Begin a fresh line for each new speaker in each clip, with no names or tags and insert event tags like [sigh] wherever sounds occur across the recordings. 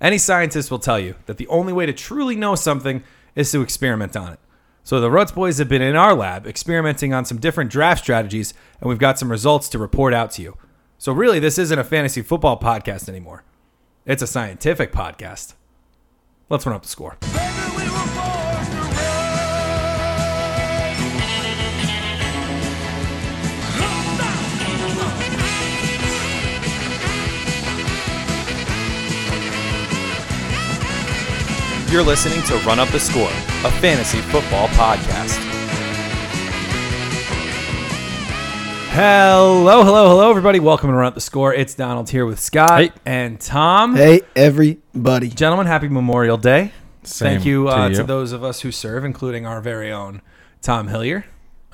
Any scientist will tell you that the only way to truly know something is to experiment on it. So the Rutz boys have been in our lab experimenting on some different draft strategies, and we've got some results to report out to you. So really, this isn't a fantasy football podcast anymore. It's a scientific podcast. Let's run up the score.
Baby, we were born to run.
You're listening to Run Up the Score, a fantasy football podcast.
Hello, hello, hello, everybody. Welcome to Run Up the Score. It's Donald here with Scott
Hey.
and Tom.
Hey, everybody.
Gentlemen, happy Memorial Day. Thank
Same
you,
to
uh, to,
you.
those of us who serve, including our very own Tom Hillier.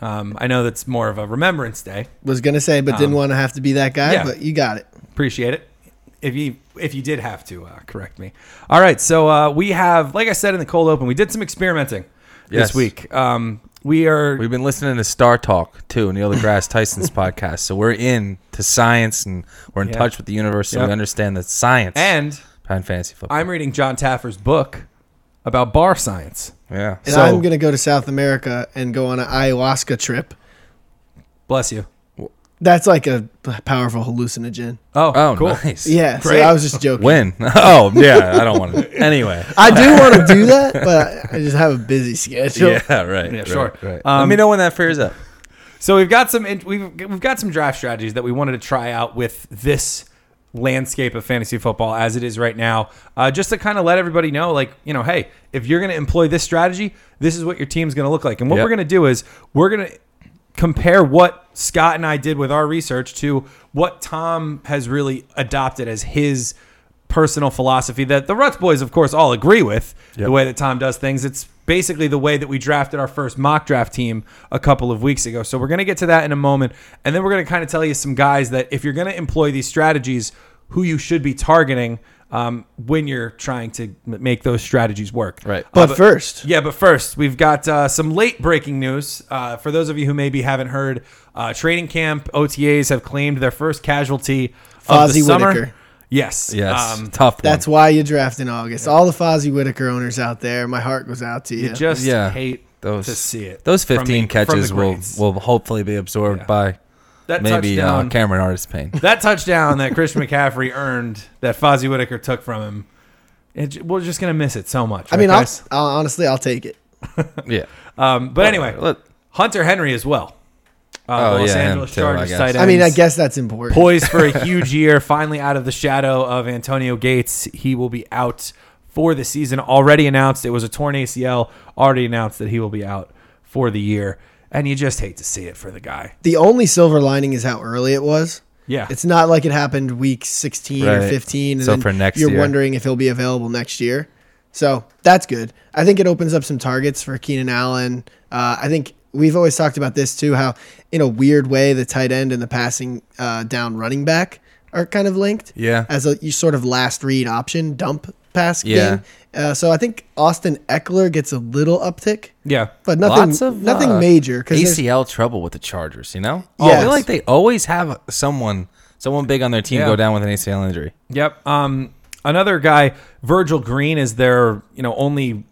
Um, I know that's more of a Remembrance Day.
Was going to say, but didn't want to have to be that guy,
Um, yeah.
but you got it.
Appreciate it. If you if you did have to uh, correct me. All right, so uh, we have, like I said in the cold open, we did some experimenting this
Yes.
week. Um, we are
We've been listening to Star Talk too, Neil deGrasse
[laughs]
Tyson's podcast. So we're in to science and we're in
Yeah.
touch with the universe, so
Yep.
we understand the science
and
behind fantasy football.
I'm reading John Taffer's book about bar science.
yeah,
And
So-
I'm going to go to South America and go on an ayahuasca trip.
Bless you.
That's like a p- powerful hallucinogen.
Oh,
Oh,
cool.
nice.
Yeah,
Great.
so I was just joking.
When? [laughs] Oh, yeah. I don't
[laughs]
want to. Anyway.
I do want to do that, but I just have a busy schedule.
Yeah. Right.
Yeah,
right,
sure.
Right.
Um,
Let me know when that fares up.
So we've got some in- we've we've got some draft strategies that we wanted to try out with this landscape of fantasy football as it is right now, uh, just to kind of let everybody know, like you know, hey, if you're going to employ this strategy, this is what your team's going to look like, and what
Yep.
we're going to do is we're going to compare what Scott and I did with our research to what Tom has really adopted as his personal philosophy that the Ruts boys, of course, all agree with the way that Tom does things. It's basically the way that we drafted our first mock draft team a couple of weeks ago. So we're going to get to that in a moment. And then we're going to kind of tell you some guys that if you're going to employ these strategies, who you should be targeting um, when you're trying to m- make those strategies work.
Right.
Uh,
But first,
yeah, but first, we've got uh, some late breaking news. Uh, for those of you who maybe haven't heard, uh, training camp OTAs have claimed their first casualty of the
Fozzie
summer.
Whittaker.
Yes.
Yes.
Um,
tough one.
that's why you draft in August. All the Fozzie Whitaker owners out there, my heart goes out to you.
you just
Yeah.
hate
those
to see it.
Those
from the- from
15
the
catches will
greats.
will hopefully be absorbed
Yeah.
by
that
maybe uh,
touchdown.
Cameron Artist
[laughs]
Payne.
that touchdown that Christian McCaffrey [laughs] earned that Fozzie Whitaker took from him. It, j- we're just gonna miss it so much.
I mean,
right,
I'll,
guys?
I'll, honestly, I'll take it.
yeah.
um, but anyway,
Let-
Hunter Henry as well. Uh,
Oh,
Los
yeah, him
Angeles
too, I
Chargers
guess.
tight
I mean, I
ends.
guess that's important.
poised for a huge year, finally out of the shadow of Antonio Gates. He will be out for the season. Already announced it was a torn ACL. Already announced that he will be out for the year. And you just hate to see it for the guy.
the only silver lining is how early it was.
Yeah.
It's not like it happened week 16 or
Right.
15. And
So
then
for next
you're
year.
wondering if he'll be available next year. So that's good. I think it opens up some targets for Keenan Allen. Uh, I think we've always talked about this too, how in a weird way, the tight end and the passing uh, down running back are kind of linked.
Yeah.
As a you sort of last read option dump pass
Yeah.
game. Uh, so I think Austin Eckler gets a little uptick.
Yeah.
But nothing,
Lots of
nothing
uh,
major because
ACL trouble with the Chargers. You know, Oh, I
Yes.
feel like they always have someone, someone big on their team
Yeah.
go down with an ACL injury.
Yep. Um, another guy, Virgil Green, is their you know only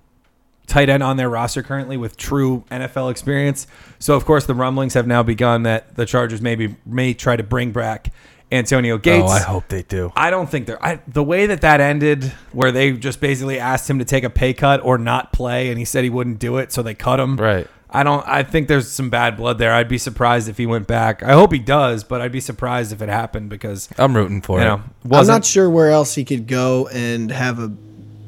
tight end on their roster currently with true NFL experience. So of course the rumblings have now begun that the Chargers maybe may try to bring back Antonio Gates.
Oh, I hope they do.
I don't think they're I, the way that that ended, where they just basically asked him to take a pay cut or not play, and he said he wouldn't do it, so they cut him.
Right.
I don't. I think there's some bad blood there. I'd be surprised if he went back. I hope he does, but I'd be surprised if it happened because
I'm rooting for
you
it.
know
I'm
wasn't
not sure where else he could go and have a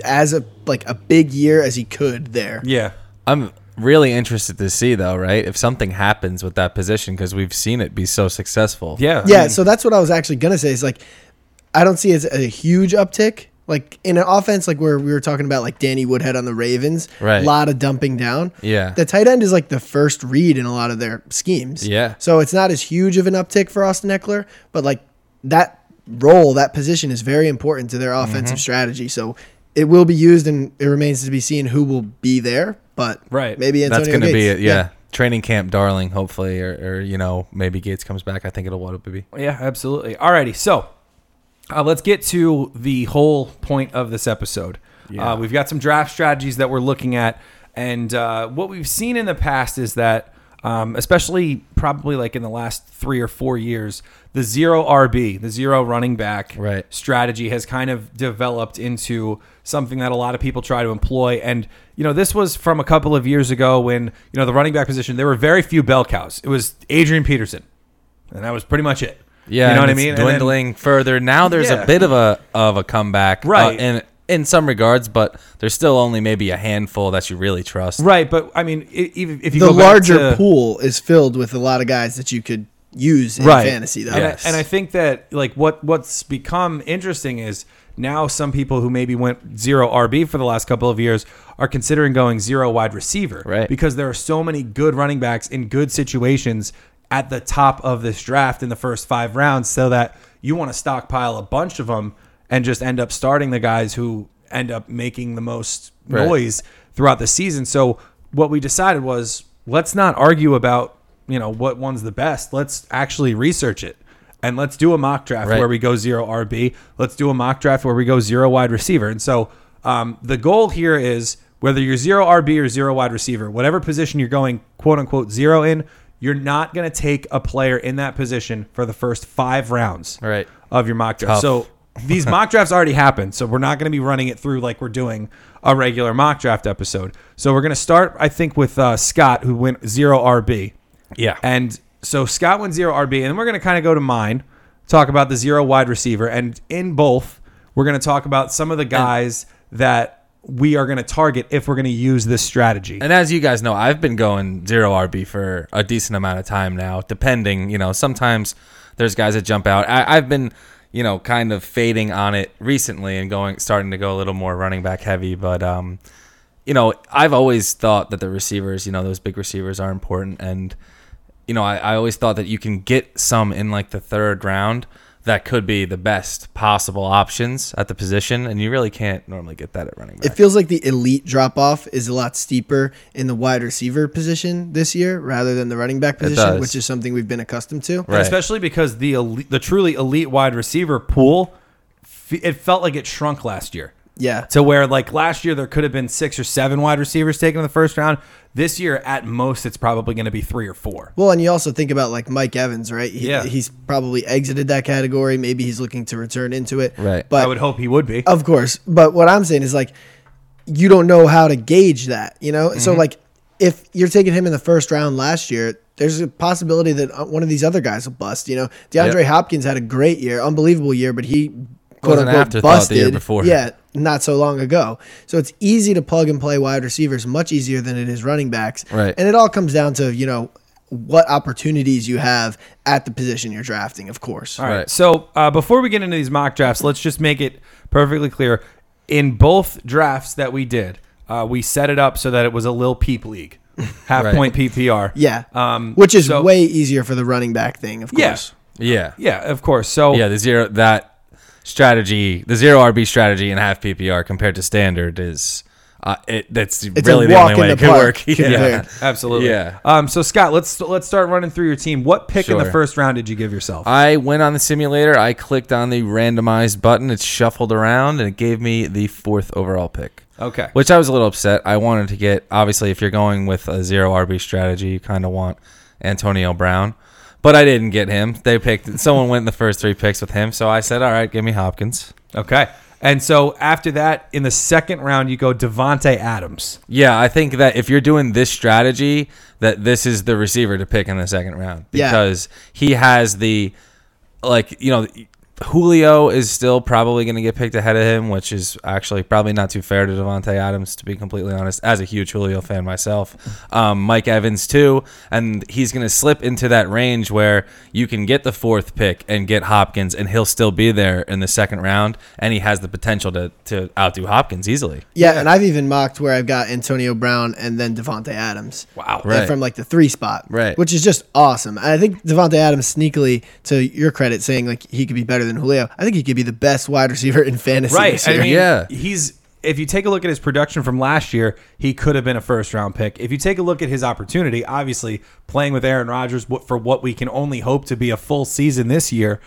as a like a big year as he could there.
yeah
I'm really interested to see though, right? If something happens with that position because we've seen it be so successful.
yeah I
Yeah,
mean,
so that's what I was actually gonna say. Is like I don't see it as a huge uptick. Like in an offense like where we were talking about like Danny Woodhead on the Ravens.
Right.
A lot of dumping down.
Yeah.
The tight end is like the first read in a lot of their schemes.
Yeah.
So it's not as huge of an uptick for Austin Eckler, but like that role, that position is very important to their
Mm-hmm.
offensive strategy. So it will be used and it remains to be seen who will be there. But
Right.
maybe Antonio
that's going to be it.
Gates.
Yeah. Training camp, darling. Hopefully, or, or you know, maybe Gates comes back. I think it'll what it be.
Yeah, absolutely. Alrighty, so Uh, let's get to the whole point of this episode. Uh, we've got some draft strategies that we're looking at, and uh, what we've seen in the past is that, um, especially probably like in the last three or four years, the zero RB, the zero running back
Right.
strategy has kind of developed into something that a lot of people try to employ. And you know, this was from a couple of years ago when you know the running back position there were very few bell cows. It was Adrian Peterson, and that was pretty much it.
Yeah,
you know
and
what I
it's
mean. And then-
Dwindling further now. There's
Yeah.
a bit of a of a comeback, uh,
Right.
in in some regards, but there's still only maybe a handful that you really trust.
Right, but I mean, i- even if you
The
go back
larger
to-
pool is filled with a lot of guys that you could use in
right
fantasy, though.
And,
Yes.
I, and I think that like what what's become interesting is now some people who maybe went zero RB for the last couple of years are considering going zero wide receiver,
Right.
Because there are so many good running backs in good situations at the top of this draft in the first five rounds, so that you want to stockpile a bunch of them and just end up starting the guys who end up making the most
Right.
noise throughout the season. So what we decided was let's not argue about you know what one's the best. Let's actually research it and let's do a mock draft
Right.
where we go zero RB. Let's do a mock draft where we go zero wide receiver. And so um, the goal here is whether you're zero RB or zero wide receiver, whatever position you're going quote unquote zero in, you're not going to take a player in that position for the first five rounds
Right.
of your mock draft.
Tough. [laughs]
So these mock drafts already happened, so we're not going to be running it through like we're doing a regular mock draft episode. So we're going to start, I think, with uh, Scott who went zero RB,
Yeah.
and so Scott went zero RB, and then we're going to kind of go to mine, talk about the zero wide receiver, and in both we're going to talk about some of the guys that we are going to target if we're going to use this strategy.
And as you guys know, I've been going zero RB for a decent amount of time now, depending, you know, sometimes there's guys that jump out. I, I've been, you know, kind of fading on it recently and going starting to go a little more running back heavy, but um, you know, I've always thought that the receivers, you know, those big receivers are important and you know, I, I always thought that you can get some in like the third round that could be the best possible options at the position, and you really can't normally get that at running back.
It feels like the elite drop off is a lot steeper in the wide receiver position this year rather than the running back position,
does.
which is something we've been accustomed to.
And
Right.
especially because the elite, the truly elite wide receiver pool, f- it felt like it shrunk last year.
Yeah.
To where like last year there could have been six or seven wide receivers taken in the first round. This year at most it's probably going to be three or four.
Well, and you also think about like Mike Evans, right? He,
Yeah.
He's probably exited that category. Maybe he's looking to return into it.
Right.
But
I would hope he would be.
Of course. But what I'm saying is like you don't know how to gauge that, you know? So
Mm-hmm.
like if you're taking him in the first round last year, there's a possibility that uh, one of these other guys will bust, you know. DeAndre
Yep.
Hopkins had a great year, unbelievable year, but he quote
Was an
unquote
afterthought the
busted
year before.
Yeah, not so long ago. So it's easy to plug and play wide receivers much easier than it is running backs.
Right.
And it all comes down to, you know, what opportunities you have at the position you're drafting, of course.
All right.
Right.
So uh, before we get into these mock drafts, let's just make it perfectly clear. In both drafts that we did, uh, we set it up so that it was a Lil Peep
[laughs]
league, half
Right.
point PPR.
Yeah.
Um,
Which is
so-
way easier for the running back thing, of course.
Yeah.
yeah.
Yeah, of course. So
Yeah, the zero that strategy, the zero RB strategy in half PPR compared to standard is uh, it, that's really
a
the
walk
only
in
way
the
it could
park
work. [laughs] Yeah.
compared.
Absolutely.
Yeah.
Um. So Scott, let's let's start running through your team. What pick in the
Sure. Uh,
first round did you give yourself?
I went on the simulator. I clicked on the randomized button. It shuffled around and it gave me the fourth overall pick.
Okay.
Which I was a little upset. I wanted to get obviously if you're going with a zero RB strategy, you kind of want Antonio Brown, but I didn't get him. They picked someone went in the first three picks with him, so I said, all right, give me Hopkins.
okay. And so after that, in the second round, you go Devonte Adams.
Yeah, I think that if you're doing this strategy, that this is the receiver to pick in the second round
Yeah.
because he has the like you know Julio is still probably going to get picked ahead of him, which is actually probably not too fair to Devontae Adams to be completely honest. As a huge Julio fan myself, um, Mike Evans too, and he's going to slip into that range where you can get the fourth pick and get Hopkins, and he'll still be there in the second round, and he has the potential to to outdo Hopkins easily.
Yeah, and I've even mocked where I've got Antonio Brown and then Devonte Adams.
Wow.
And
Right.
From like the three spot.
Right.
Which is just awesome. And I think Devonte Adams sneakily, to your credit, saying like he could be better than Julio. I think he could be the best wide receiver in fantasy.
Right.
this
I
year.
mean,
Yeah.
he's if you take a look at his production from last year, he could have been a first round pick. If you take a look at his opportunity, obviously playing with Aaron Rodgers what- for what we can only hope to be a full season this year,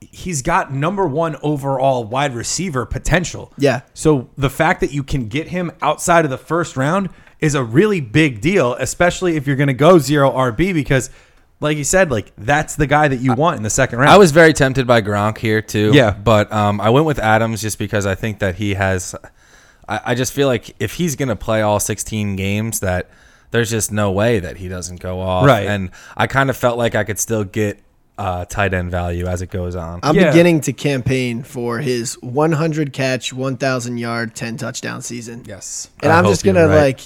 he's got number one overall wide receiver potential.
Yeah.
So the fact that you can get him outside of the first round is a really big deal, especially if you're going to go zero RB because, like you said, like that's the guy that you want in the second round.
I was very tempted by Gronk here too.
Yeah.
but um, I went with Adams just because I think that he has. I, I just feel like if he's going to play all 16 games, that there's just no way that he doesn't go off.
Right.
and I kind of felt like I could still get uh, tight end value as it goes on.
I'm
Yeah.
beginning to campaign for his 100 catch, 1,000 yard, 10 touchdown season.
yes.
And
I
I'm
hope
just gonna
you're right.
like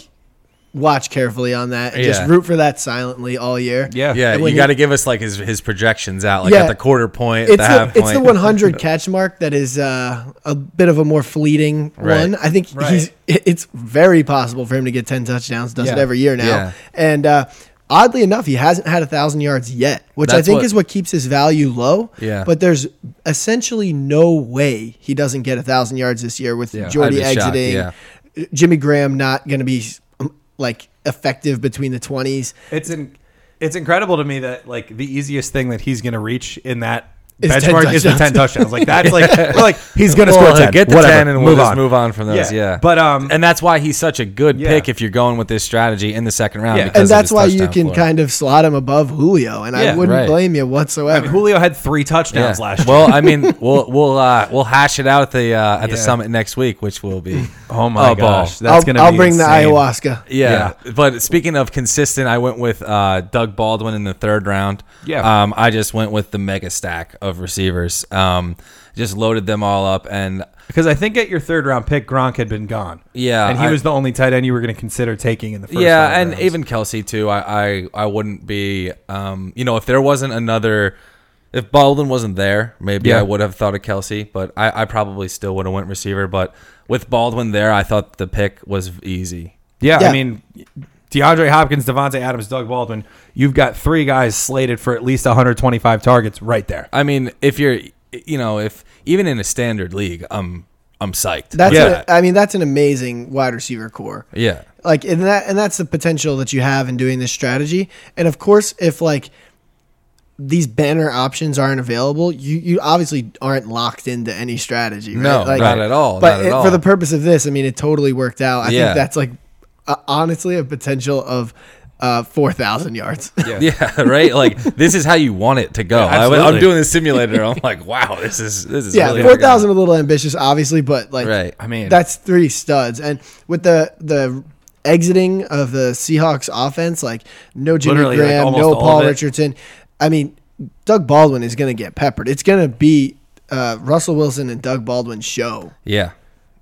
watch carefully on that and just
Yeah.
root for that silently all year.
Yeah.
yeah,
And when
you
he-
got to give us like his his projections out, like
Yeah.
at the quarter point,
It's
the
the,
half point.
it's the
[laughs]
100 catch mark that is uh, a bit of a more fleeting
Right.
one. I think
Right.
he's it- it's very possible for him to get 10 touchdowns. Does it
Yeah.
every year now.
Yeah.
And uh, oddly enough, he hasn't had a thousand yards yet, which I
That's
think
what-
is what keeps his value low.
Yeah.
But there's essentially no way he doesn't get a thousand yards this year with Jordy
I'd be shocked,
exiting.
yeah.
Jimmy Graham not going to be um, like effective between the 20s.
It's in, it's incredible to me that like the easiest thing that he's going to reach in that
Is 10
benchmark is the
touchdowns.
ten touchdowns. Like that's like we're like he's going to
Well, uh,
score ten.
Get the
Whatever.
ten, and we'll just move on from those.
Yeah.
Yeah.
But, um,
and that's why he's such a good
Yeah.
pick if you're going with this strategy in the second round.
Yeah.
because
And
of
that's
his
why you
touchdown
can
floor.
kind of slot him above Julio, and
Yeah,
I wouldn't
right.
blame you
I
whatsoever.
mean, Julio had three
Yeah.
touchdowns last year.
Well, I
[laughs]
mean, we'll we'll uh, we'll hash it out at the uh, at
Yeah.
the summit next week, which will
[laughs]
be
Oh my
a ball.
gosh, that's
I'll,
gonna.
I'll
be
bring
insane.
the ayahuasca.
Yeah. But speaking of consistent, I went with uh, Doug Baldwin in the third round.
Yeah.
Um, I just went with the mega stack of receivers. Um, just loaded them all up, and
because I think at your third round pick, Gronk had been gone.
Yeah,
and he
I-
was the only tight end you were going to consider taking in the first.
yeah,
five
and
rounds.
even Kelsey too. I, I I wouldn't be um you know if there wasn't another if Baldwin wasn't there, maybe
Yeah.
I would have thought of Kelsey, but I, I probably still would have went receiver. But with Baldwin there, I thought the pick was easy.
yeah, I
Yeah.
mean, DeAndre Hopkins, Devontae Adams, Doug Baldwin. You've got three guys slated for at least 125 targets right there.
I mean, if you're you know if even in a standard league, I'm I'm psyched.
That's
Yeah.
a- I mean that's an amazing wide receiver core.
yeah.
Like and that and that's the potential that you have in doing this strategy. And of course, if like these banner options aren't available, you you obviously aren't locked into any strategy. Right?
No,
like,
not at all,
But
not at
it-
all.
for the purpose of this, I mean, it totally worked out. I
Yeah.
think that's like uh, honestly a potential of uh, four thousand yards. [laughs]
Yeah, [laughs] right. Like this is how you want it to go. I, am
absolutely.
doing the simulator. I'm like, wow, this is this is
yeah,
really
four thousand a little ambitious, obviously, but like
Right. I mean,
that's three studs. And with the the exiting of the Seahawks offense, like no Jimmy
Literally, like,
Graham,
almost
no
all of
Paul
it.
Richardson. I mean, Doug Baldwin is going to get peppered. It's going to be uh, Russell Wilson and Doug Baldwin's show.
yeah,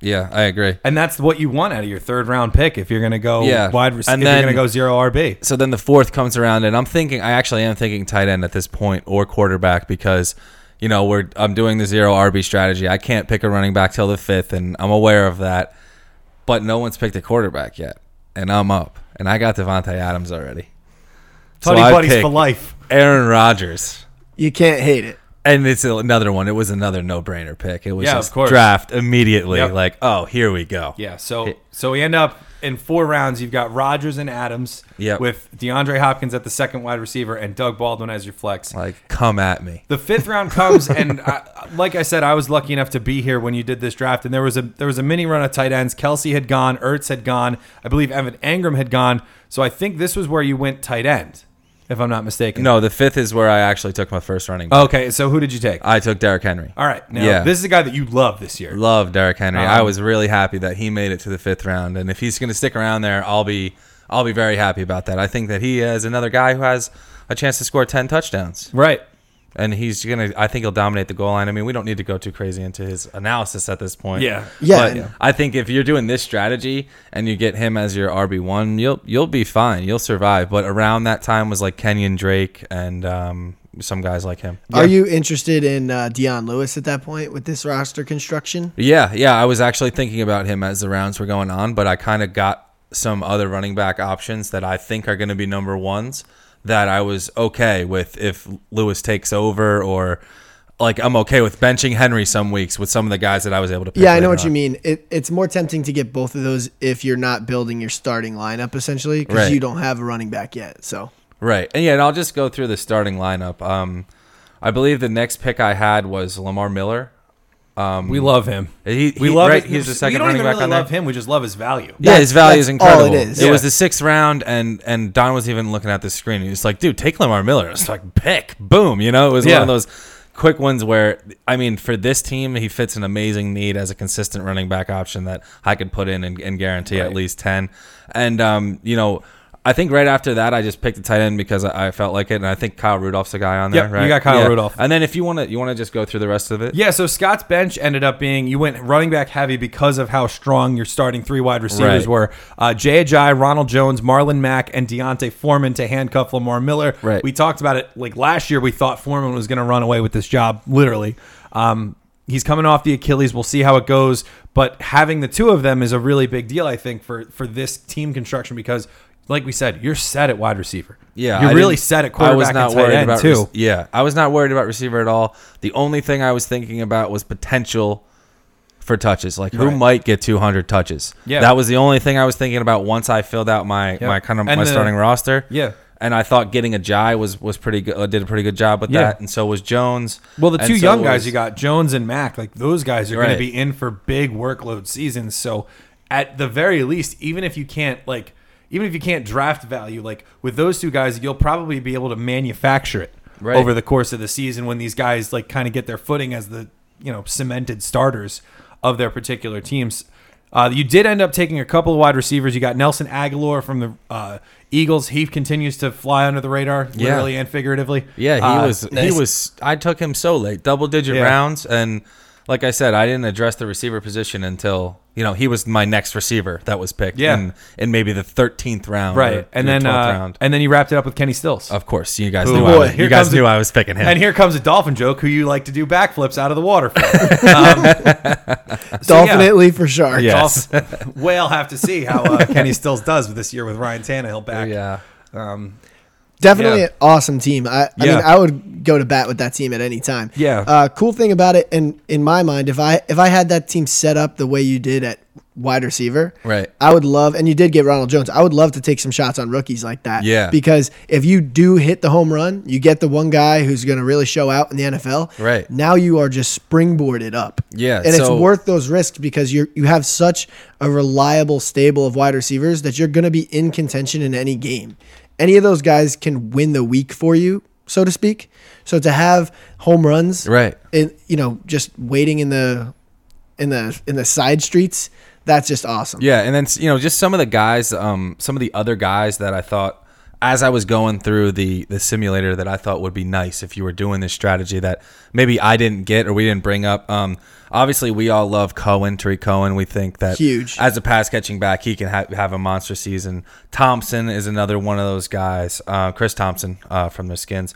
yeah. I agree.
And that's what you want out of your third round pick if you're going to go
Yeah.
wide receiver.
And
If you're
then-
going to go zero RB.
so then the fourth comes around and I'm thinking I actually am thinking tight end at this point or quarterback because you know we're I'm doing the zero RB strategy. I can't pick a running back till the fifth and I'm aware of that. But no one's picked a quarterback yet. And I'm up. And I got Devontae Adams already. So
Putty
I
buddies
pick
for life.
Aaron Rodgers.
You can't hate it.
And it's another one. It was another no brainer pick. It was
Yeah,
just
of course.
draft immediately.
Yep.
Like, oh, here we go.
Yeah, so so we end up in four rounds. You've got Rodgers and Adams.
Yep.
With DeAndre Hopkins at the second wide receiver and Doug Baldwin as your flex.
Like, come at me.
The fifth round comes, and [laughs] I, like I said, I was lucky enough to be here when you did this draft, and there was a there was a mini run of tight ends. Kelsey had gone, Ertz had gone, I believe Evan Engram had gone. So I think this was where you went tight end, if I'm not mistaken.
No, the fifth is where I actually took my first running. back.
Okay, so who did you take?
I took Derrick Henry.
All right, now
Yeah.
this is a guy that you love this year.
love Derrick Henry.
Um,
I was really happy that he made it to the fifth round, and if he's going to stick around there, I'll be I'll be very happy about that. I think that he is another guy who has a chance to score ten touchdowns,
Right.
and he's gonna. I think he'll dominate the goal line. I mean, we don't need to go too crazy into his analysis at this point.
Yeah.
Yeah,
But
and-
I think if you're doing this strategy and you get him as your RB one, you'll you'll be fine. You'll survive. But around that time was like Kenyon Drake and um, some guys like him.
Are you interested in uh, Dion Lewis at that point with this roster construction?
Yeah, yeah. I was actually thinking about him as the rounds were going on, but I kind of got some other running back options that I think are going to be number ones that I was okay with if Lewis takes over or like I'm okay with benching Henry some weeks with some of the guys that I was able to. Pick
Yeah, I know
later
what you
on.
mean. It, it's more tempting to get both of those if you're not building your starting lineup essentially because
Right.
you don't have a running back yet. So
Right, and yeah, and I'll just go through the starting lineup. Um, I believe the next pick I had was Lamar Miller.
we love him.
He,
We
he-
love
right,
it.
He's the
we
second
don't
running
even
back
really
on there.
love him. We just love his value.
Yeah,
That's-
his value is
that's all it
incredible.
is.
It was
Yeah.
the sixth round, and and Don was even looking at the screen. He was like, "Dude, take Lamar Miller." It's like pick, boom. You know, it was
Yeah.
one of those quick ones where I mean, for this team, he fits an amazing need as a consistent running back option that I could put in and, and guarantee at least ten. And um, you know, I think right after that, I just picked a tight end because I, I felt like it, and I think Kyle Rudolph's the guy on there.
Yep, you
right?
got Kyle
Yeah.
Rudolph.
And then if you want to, you want to just go through the rest of it.
Yeah, so Scott's bench ended up being you went running back heavy because of how strong your starting three wide receivers
Right.
were. Uh, Jay Ajayi, Ronald Jones, Marlon Mack, and Deontay Foreman to handcuff Lamar Miller.
Right.
We talked about it like last year. We thought Foreman was going to run away with this job, literally. Um, he's coming off the Achilles. We'll see how it goes. But having the two of them is a really big deal, I think, for for this team construction because, like we said, you're set at wide receiver.
Yeah,
you're
I
really
didn't-
set at quarterback and tight end
about
too.
rec- yeah, I was not worried about receiver at all. The only thing I was thinking about was potential for touches, like who
Right.
might get 200 touches.
Yeah.
that was the only thing I was thinking about once I filled out my my kind of
And
my
the-
starting roster.
Yeah.
and I thought getting a Jai was was pretty good. uh, Did a pretty good job with
Yeah.
that, and so was Jones.
Well, the
and
two
so
young guys
was-
you got, Jones and Mack, like those guys are going
Right.
to be in for big workload seasons. So, at the very least, even if you can't like, even if you can't draft value, like with those two guys, you'll probably be able to manufacture it
Right.
over the course of the season when these guys like kind of get their footing as the you know cemented starters of their particular teams. Uh, you did end up taking a couple of wide receivers. You got Nelson Aguilar from the uh, Eagles. He continues to fly under the radar,
Yeah.
literally and figuratively.
Yeah, he
Uh,
was. He was. I took him so late, double digit
Yeah.
rounds, and like I said, I didn't address the receiver position until you know he was my next receiver that was picked.
Yeah.
in, in maybe the thirteenth round, or-
right? And
or
then
12th
uh, and then you wrapped it up with Kenny Stills.
of course, you guys
Oh,
knew. I
boy.
was,
Here
you guys
comes a-
knew I was picking him.
And here comes a dolphin joke. Who you like to do backflips out of the water?
[laughs]
For. Um, so, yeah.
Dolphin leaf for shark.
Yeah. Yes.
Dolph- [laughs] we'll have to see how uh, Kenny Stills does with this year with Ryan Tannehill back.
yeah,
Definitely
Yeah.
an awesome team. I, I
Yeah.
mean, I would go to bat with that team at any time.
Yeah.
Uh, cool thing about it, and in my mind, if I if I had that team set up the way you did at wide receiver,
Right.
I would love, and you did get Ronald Jones. I would love to take some shots on rookies like that.
Yeah.
Because if you do hit the home run, you get the one guy who's going to really show out in the NFL.
Right.
Now you are just springboarded up.
Yeah,
And it's
so-
worth those risks because you you have such a reliable stable of wide receivers that you're going to be in contention in any game. Any of those guys can win the week for you, so to speak. So to have home runs,
Right.
And you know, just waiting in the in the in the side streets, that's just awesome.
yeah. And then you know, just some of the guys, um, some of the other guys that I thought. As I was going through the the simulator, that I thought would be nice if you were doing this strategy that maybe I didn't get or we didn't bring up. Um, obviously, we all love Cohen, Tariq Cohen. We think that
Huge.
as a pass catching back, he can ha- have a monster season. Thompson is another one of those guys. Uh, Chris Thompson uh, from the Skins.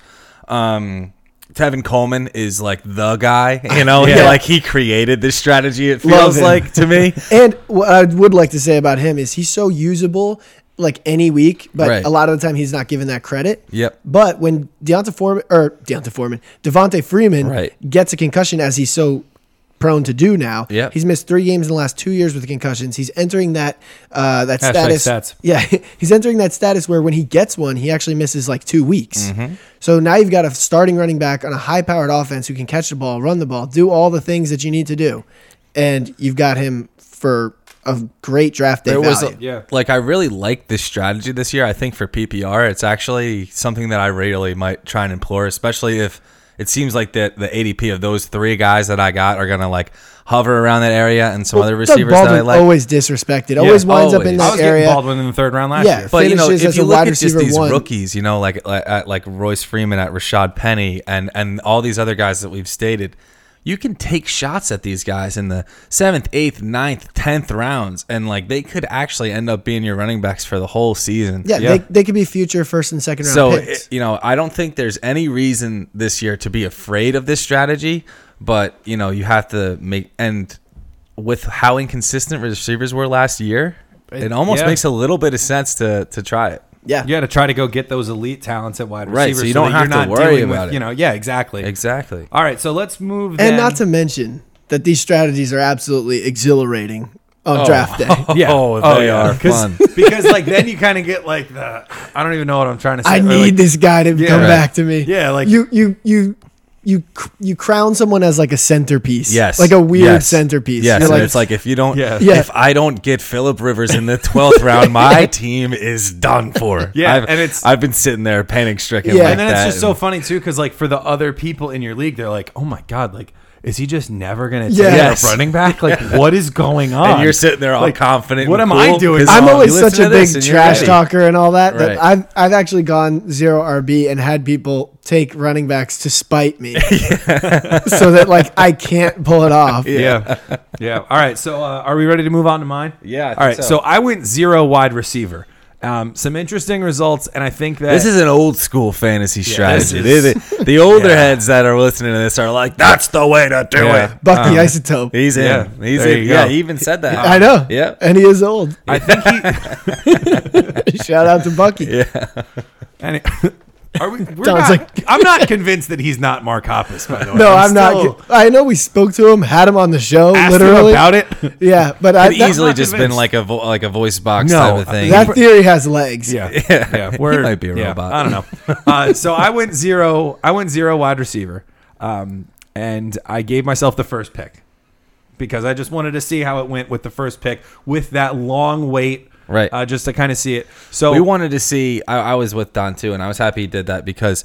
Um, Tevin Coleman is like the guy,
[laughs]
you know, He- like he created this strategy. It
Love
feels
him.
like
[laughs]
to me.
And what I would like to say about him is he's so usable like any week, but
Right.
a lot of the time he's not given that credit.
Yep.
But when Deonta Foreman or Deonta Foreman, Devontae Freeman
Right.
gets a concussion as he's so prone to do now.
Yep.
He's missed three games in the last two years with concussions. He's entering that uh, that
Hashtag
status.
stats.
[laughs] Yeah. He's entering that status where when he gets one, he actually misses like two weeks.
Mm-hmm.
So now you've got a starting running back on a high powered offense who can catch the ball, run the ball, do all the things that you need to do. And you've got him for a great draft day
There was,
value.
a-
Yeah.
like I really like this strategy this year. I think for PPR, it's actually something that I really might try and implore, especially if it seems like that the ADP of those three guys that I got are gonna like hover around that area and some other
Doug
receivers that I
Baldwin
like.
always disrespected. Always winds up in
always.
I
that
was
area.
getting Baldwin in the third round last
Yeah.
year.
But you know,
finishes
if
as
you
a
look
wide
at just
receiver
these
one.
rookies, you know, like like, at, like Royce Freeman at Rashad Penny and and all these other guys that we've stated, you can take shots at these guys in the seventh, eighth, ninth, tenth rounds, and like they could actually end up being your running backs for the whole season.
yeah,
Yeah.
They, they could be future first and second round
So
picks.
it- you know, I don't think there's any reason this year to be afraid of this strategy, but you know, you have to make and with how inconsistent receivers were last year, it, almost
yeah.
makes a little bit of sense to to try it.
yeah.
You got to try to go get those elite talents at wide
Right,
receivers.
so you
that
don't have
you're
to
not
worry
dealing with,
about it.
You know, yeah, exactly.
Exactly.
All right, so let's move.
And
then-
not to mention that these strategies are absolutely exhilarating on draft day.
[laughs]
Yeah.
Oh,
[laughs]
they are
Because-
fun.
because like then you kind of get like the I don't even know what I'm trying to say.
I
Or,
need
like,
this guy to come
right.
back to me.
Yeah, like-
you, you, you you cr- you crown someone as like a centerpiece.
Yes.
Like a weird
Yes.
centerpiece.
Yes.
You're
and
like,
it's like if you don't
Yeah.
Yeah.
if I don't get Philip Rivers in the twelfth round, my team is done for.
Yeah,
I've,
and it's-
I've been sitting there panic stricken
Yeah.
like
And
and then
that
it's just so
and-
funny too, because like for the other people in your league, they're like, "Oh my god, like is he just never gonna take
Yes.
a running back?
[laughs]
Like what is going on?"
and you're sitting there all
Like,
confident.
what
and
am I
cool,
doing?
pissed
I'm
I'm
off. oh, You
always
listen
such
to
a
this
big
and you're
trash
ready.
talker and all that that
Right.
I've I've actually gone zero RB and had people take running backs to spite
[laughs]
me, so that like I can't pull it off.
yeah, yeah. All right, so uh, are we ready to move on to mine?
Yeah, I think
All right,
so.
so. I went zero wide receiver. Um, some interesting results, and I think that
This is an old school fantasy
this
strategy.
is-
They- they- the older
Yeah.
heads that are listening to this are like, "That's the way to do
Yeah.
it."
Buck the isotope.
He's in.
Yeah,
He's
there
in.
you
Yeah,
go.
he even said that.
I know.
Yeah.
And he is old.
I think he. [laughs]
Shout out to Bucky.
Any, [laughs] are we? We're
Sounds
not,
like-
I'm
[laughs]
not convinced that he's not Mark Hoppus. By the way,
No, I'm,
still
not. I know we spoke to him, had him on the show,
asked him
literally.
about it.
Yeah, but I,
Could
that,
easily
not
just been
convinced.
like a vo- like a voice box
No,
type of thing.
that theory has
[laughs]
legs.
Yeah,
[laughs] Yeah. He
We're,
might be a
yeah,
robot.
I don't know. Uh, so I went zero. I went zero wide receiver, um, and I gave myself the first pick because I just wanted to see how it went with the first pick with that long wait,
Right.
Uh, just to kind of see it. So
we wanted to see. I, I was with Don too, and I was happy he did that because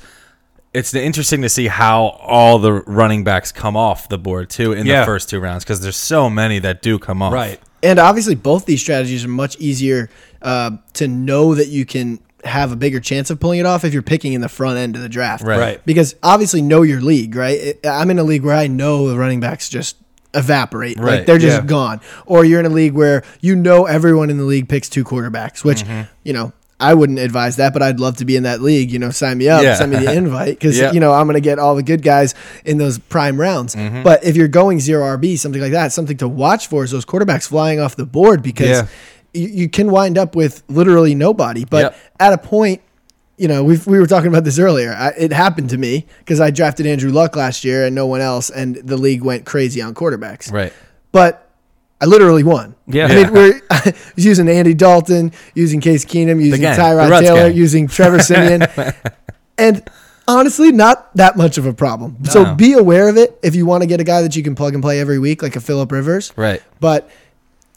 it's interesting to see how all the running backs come off the board too in the
Yeah.
first two rounds because there's so many that do come off.
right.
And obviously, both these strategies are much easier uh, to know that you can have a bigger chance of pulling it off if you're picking in the front end of the draft.
Right.
Right.
Because obviously, know your league, right? It- I'm in a league where I know the running backs just evaporate.
Right.
Like they're just
Yeah.
gone. Or you're in a league where you know everyone in the league picks two quarterbacks, which,
Mm-hmm.
you know, I wouldn't advise that, but I'd love to be in that league. You know, sign me up,
Yeah.
send me
[laughs]
the invite because,
Yeah.
you know, I'm going to get all the good guys in those prime rounds.
Mm-hmm.
But if you're going zero RB, something like that, something to watch for is those quarterbacks flying off the board because
Yeah.
you, you can wind up with literally nobody. But
Yep.
at a point, you know, we've, we were talking about this earlier. I, it happened to me because I drafted Andrew Luck last year and no one else, and the league went crazy on quarterbacks.
Right.
But I literally won.
Yeah.
I mean, we're [laughs] using Andy Dalton, using Case Keenum, using
gang, the
Tyrod
Ruts
Taylor,
gang.
using Trevor Simeon.
[laughs]
and honestly, not that much of a problem. So be aware of it if you want to get a guy that you can plug and play every week, like a Philip Rivers.
Right.
But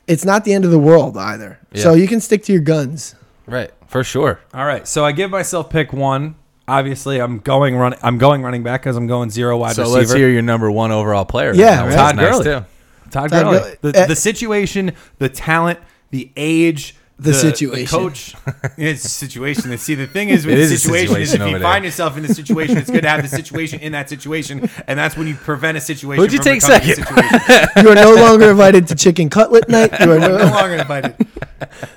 it's not the end of the world either. So
Yeah.
you can stick to your guns.
Right. For sure.
All right. So I give myself pick one. Obviously, I'm going run. I'm going running back because I'm going zero wide
So
receiver.
let's hear your number one overall player.
Yeah,
That
right.
was
Todd
nice,
Gurley.
too.
Todd,
Todd
Gurley.
Gurley.
The,
Eh.
the situation, the talent, the age,
The situation.
coach. [laughs] it's a situation. See, the thing is with
It
the
is a
situation, is
situation
if you
over there.
find yourself in a situation, it's good to have the situation in that situation, and that's when you prevent a situation.
Who'd you
from
take
becoming a
second?
situation.
You are no longer invited to chicken cutlet night. You are
I'm no
no,
[laughs]
longer invited.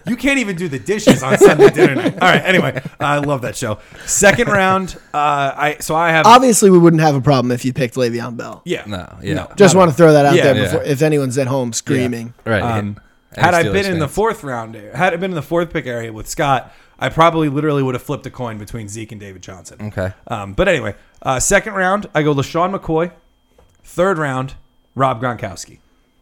You can't even do the dishes on Sunday dinner night. All right. Anyway, I love that show. Second round. Uh, I so I have
obviously, we wouldn't have a problem if you picked Le'Veon Bell.
yeah
No, yeah.
Just want to throw that out
Yeah,
there
yeah.
before, if anyone's at home screaming.
Right.
Um,
Any
had I
Steelers
been in the
fans.
fourth round, had I been in the fourth pick area with Scott, I probably literally would have flipped a coin between Zeke and David Johnson.
Okay.
Um, but anyway, uh, second round, I go LaShawn McCoy. Third round, Rob Gronkowski.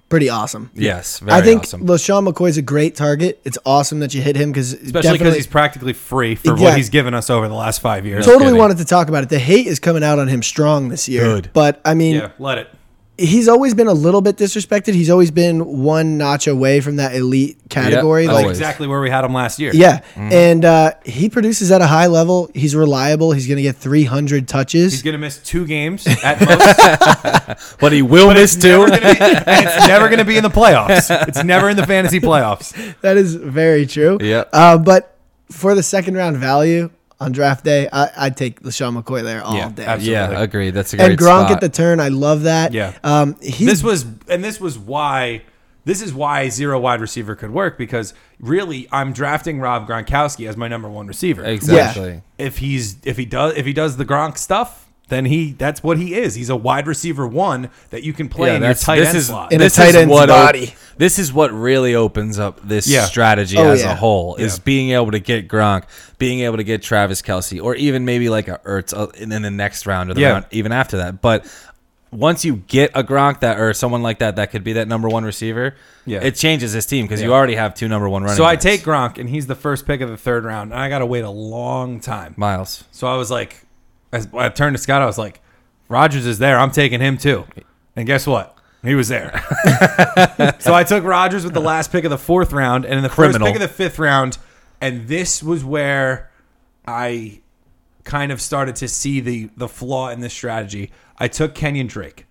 Pretty awesome.
Yes. Very
I think
awesome.
LaShawn McCoy's a great target. It's awesome that you hit him because
Especially because he's practically free for
Yeah.
what he's given us over the last five years.
totally
kidding.
wanted to talk about it. The hate is coming out on him strong this year.
Good.
But I mean,
Yeah, let it.
he's always been a little bit disrespected. He's always been one notch away from that elite category.
Yep,
like
always.
Exactly where we had him last year.
Yeah, and uh, he produces at a high level. He's reliable. He's going to get 300 touches.
He's going to miss two games at
[laughs]
most.
but he will miss
It's
[laughs]
never
two.
gonna be- and it's never going to be in the playoffs. It's never in the fantasy playoffs.
that is very true.
Yep.
Uh, but for the second round value on draft day, I, I'd take LaShawn McCoy there all
Yeah,
day.
absolutely.
Yeah, agreed. That's a great
And Gronk
spot.
at the turn, I love that.
Yeah.
Um, he's,
this was and this was why this is why zero wide receiver could work because really I'm drafting Rob Gronkowski as my number one receiver.
exactly.
If he's if he does if he does the Gronk stuff, then he that's what he is. He's a wide receiver one that you can play in your
that's-
tight end
is,
slot.
In a tight end's
what op-
body.
this is what really opens up this
Yeah.
strategy
Oh,
as
yeah.
a whole is
Yeah.
being able to get Gronk, being able to get Travis Kelsey, or even maybe like a Ertz uh, in, in the next round or the
Yeah.
round even after that. But once you get a Gronk that or someone like that that could be that number one receiver,
Yeah.
it changes this team because you
Yeah.
already have two number one running.
so I
backs.
take Gronk and he's the first pick of the third round, and I got to wait a long time.
Miles.
So I was like, as I turned to Scott, I was like, Rogers is there. I'm taking him too. And guess what? He was
[laughs]
there. so I took Rogers with the last pick of the fourth round and in the
Criminal.
first pick of the fifth round. And this was where I kind of started to see the the flaw in this strategy. I took Kenyon Drake.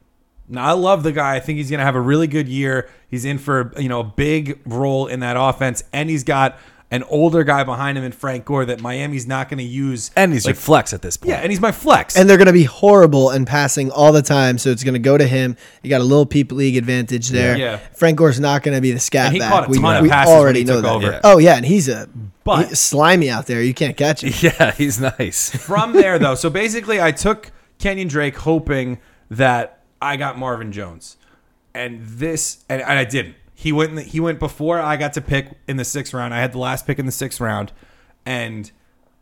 Now I love the guy. I think he's going to have a really good year. He's in for you know a big role in that offense, and he's got an older guy behind him in Frank Gore that Miami's not going to use.
And he's your flex at this point.
yeah, and he's my flex.
And they're going to be horrible and passing all the time, so it's going to go to him. You got a little peep league advantage there.
Yeah.
Frank Gore's not going to be the scat
And he
back.
caught a
we
ton of
we
passes when
already
he took
know that.
over.
Oh yeah, and he's a
But-
he's slimy out there. You can't catch him.
[laughs] Yeah, he's nice.
[laughs] from there though so basically i took kenyon drake hoping that i got marvin jones and this and, and i didn't he went in the, he went before i got to pick in the sixth round i had the last pick in the sixth round and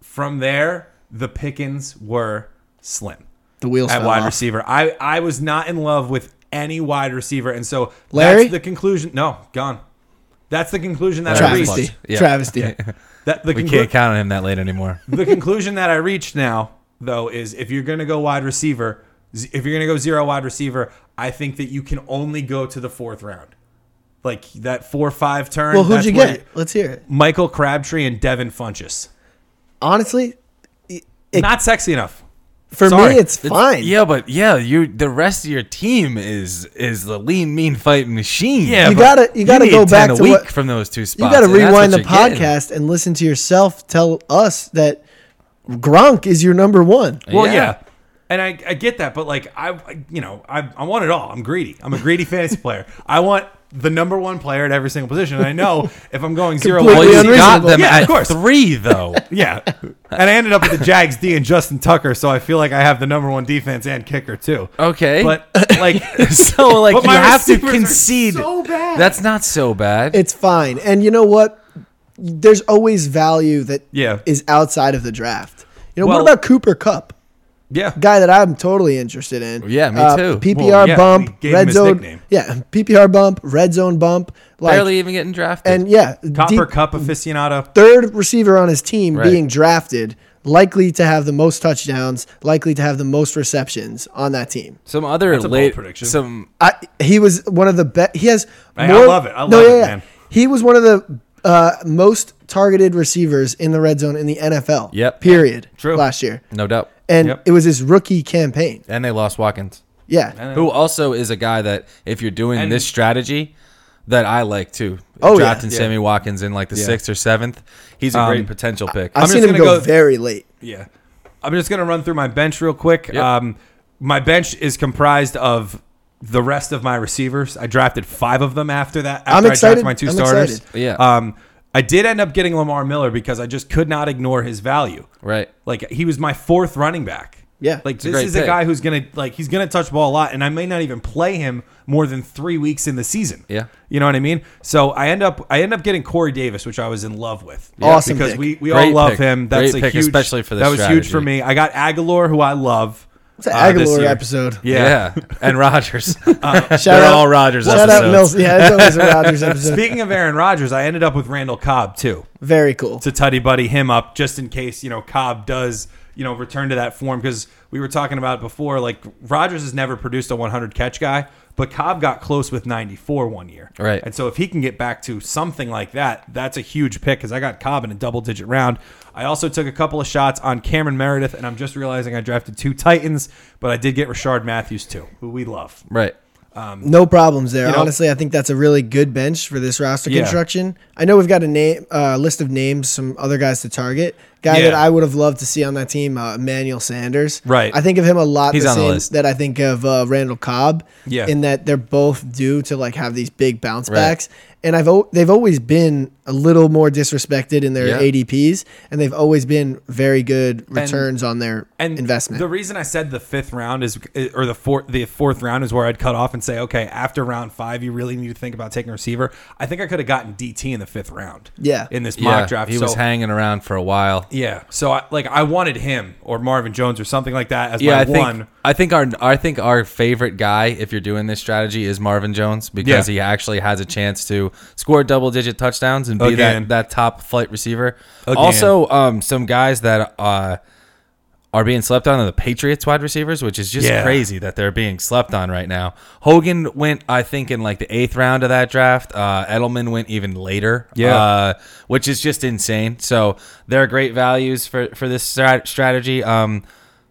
from there the pickings were slim
The wheels
at
fell
wide
off.
receiver i i was not in love with any wide receiver and so
Larry?
that's the conclusion no gone that's the conclusion that i
Larry's
reached
Travesty.
Larry's Yeah.
Travesty.
that the
we
conclu- [laughs]
can't count on him that late anymore.
the conclusion that I reached now, though, is if you're going to go wide receiver, z- if you're going to go zero wide receiver, I think that you can only go to the fourth round. Like that four five turn.
[laughs] Well, who'd
that's
you
where
get? Let's hear it.
Michael Crabtree and Devin Funches.
Honestly, It-
Not sexy enough.
for
Sorry.
me, it's fine.
Yeah, but yeah, you the rest of your team is is the lean, mean fighting machine.
You
but
gotta- you gotta
need
go
10
back
a
to
week
what-
from those two
You
spots.
got to
and that's
rewind the
what you're getting.
podcast and listen to yourself tell us that Gronk is your number one.
Well,
Yeah.
yeah. And I, I get that, but like I, I- you know, I, I want it all. I'm greedy. I'm a
[laughs]
greedy fantasy player. I want the number one player at every single position. And I know if I'm going zero wide
Completely
Well, you
receiver-
got
Unreasonable.
them
Yeah, of
at
course. [laughs]
three though. [laughs]
Yeah. And I ended up with the Jags D and Justin Tucker, so I feel like I have the number one defense and kicker too.
Okay.
But
[laughs]
like
so like
But
you
my
have to
receivers are
concede.
so bad.
That's not so bad.
It's fine. And you know what? There's always value that is
Yeah.
outside of the draft. You know,
Well-
what about Cooper Cup?
Yeah.
Guy that I'm totally interested in. Uh,
Yeah, me too.
PPR
Well, yeah, we
bump,
gave him
red
his
zone.
nickname.
Yeah, [laughs] PPR bump, red zone bump. Like,
Barely even getting drafted.
And yeah,
Copper
deep-
Cup aficionado.
third receiver on his team
Right.
being drafted, likely to have the most touchdowns, likely to have the most receptions on that team.
some other
a bold
late
prediction.
Some
I, he was one of the best. He has.
Hey, I
more,
love it. I love it, man.
He was one of the uh, most targeted receivers in the red zone in the NFL.
Yep.
Period.
True.
Last year,
no doubt.
and
Yep.
it was his rookie campaign.
And they lost Watkins.
Yeah.
who also is a guy that if you're doing
And-
this strategy that I like too.
Oh, yeah.
drafting Sammy Watkins in like the sixth or seventh, he's a great potential pick.
I've
just
seen him
gonna
go,
go- [laughs]
very late.
Yeah. I'm just gonna run through my bench real quick. Um my bench is comprised of the rest of my receivers. I drafted five of them after that. After
I'm excited.
I drafted my 2
I'm
starters.
excited.
Yeah.
Um I did end up getting Lamar Miller because I just could not ignore his value.
right.
Like he was my fourth running back.
Yeah.
Like
a
this
great
is a
pick.
guy who's gonna like he's gonna touch ball a lot, and I may not even play him more than three weeks in the season.
Yeah.
You know what I mean? So I end up I end up getting Corey Davis, which I was in love with.
Awesome
Because
pick.
we, we
Great
all love
pick.
him. That's
Great
a
pick,
huge
especially for this
That was huge
strategy.
for me. I got Aguilar, who I love. It's
an Aguilar episode.
Yeah.
Yeah. and Rogers.
Shout
They're all Rodgers
Shout out
episodes.
Mills. Yeah, it's
[laughs]
always a Rodgers episode.
Speaking of Aaron Rodgers, I ended up with Randall Cobb too.
very cool.
to tutty buddy him up just in case you know Cobb does you know return to that form because we were talking about it before like Rodgers has never produced a 100 catch guy but Cobb got close with 94 one year
Right.
and so if he can get back to something like that that's a huge pick because I got Cobb in a double digit round I also took a couple of shots on Cameron Meredith and I'm just realizing I drafted two Titans but I did get Rashard Matthews too who we love
right.
No problems there.
know-
Honestly, I think that's a really good bench for this roster
Yeah.
construction. I know we've got a name, uh, list of names, some other guys to target. Guy that
Yeah.
I would have loved to see on that team, uh, Emmanuel Sanders.
Right.
I think of him a lot
He's
the
on the
same
list.
that I think of uh, Randall Cobb.
Yeah.
In that they're both due to like have these big bounce backs, and I've o- they've always been a little more disrespected in their
Yeah.
ADPs, and they've always been very good returns on their
and
investment.
The reason I said the fifth round is, or the fourth, the fourth round is where I'd cut off and say, okay, after round five, you really need to think about taking a receiver. I think I could have gotten DT in the fifth round.
Yeah.
in this mock
Yeah,
draft,
he
so,
was hanging around for a while.
Yeah, so I, like I wanted him or Marvin Jones or something like that as
Yeah,
my
I think
one.
I think our I think our favorite guy, if you're doing this strategy, is Marvin Jones because
Yeah.
he actually has a chance to score double digit touchdowns and be
Again.
that, that top flight receiver.
Again.
Also, um, some guys that uh, are being slept on are the Patriots wide receivers, which is just
Yeah.
crazy that they're being slept on right now. Hogan went, I think, in like the eighth round of that draft. Uh, Edelman went even later,
Yeah.
uh, which is just insane. So they're great values for for this strat- strategy. Um,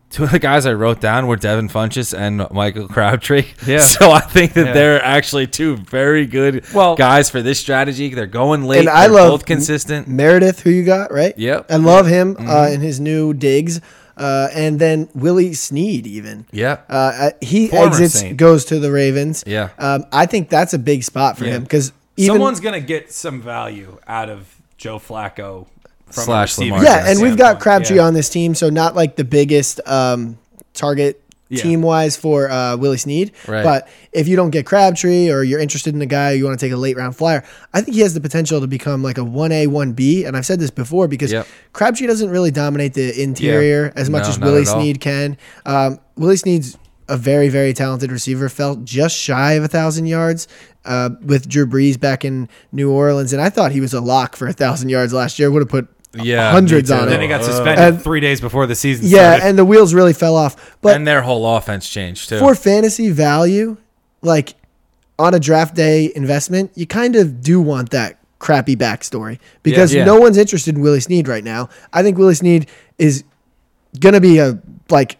two of the guys I wrote down were Devin Funches and Michael Crabtree.
Yeah.
[laughs] So I think that
Yeah.
they're actually two very good
Well-
guys for this strategy. They're going late.
and I
They're
love
both consistent.
Meredith, who you got right?
Yep. Mm-hmm.
I love him uh, and his new digs, uh, and then Willie Sneed even.
Yeah.
uh, I- he
Former
exits,
Saint.
goes to the Ravens.
Yeah.
um, I think that's a big spot for him because even
Someone's gonna get some value out of Joe Flacco from a
Slash
receiving
Lamar
yeah, and we've got
standpoint.
Crabtree
Yeah.
on this team, so not like the biggest um, target
Yeah.
team wise for uh, Willie Sneed.
Right.
But if you don't get Crabtree or you're interested in a guy, you want to take a late round flyer, I think he has the potential to become like a 1A, 1B. And I've said this before because
Yep.
Crabtree doesn't really dominate the interior as much
No,
as
not
Willie
at all.
Sneed can. Um, Willie Sneed's a very, very talented receiver, felt just shy of a 1,000 yards. Uh, with Drew Brees back in New Orleans, and I thought he was a lock for a thousand yards last year. Would have put
Yeah, me
hundreds
too.
on it.
And then he got suspended
And-
three days before the season.
Yeah,
started.
and the wheels really fell off. But
and their whole offense changed too.
for fantasy value, like on a draft day investment, you kind of do want that crappy backstory because
Yeah.
no one's interested in Willie Snead right now. I think Willie Snead is gonna be a like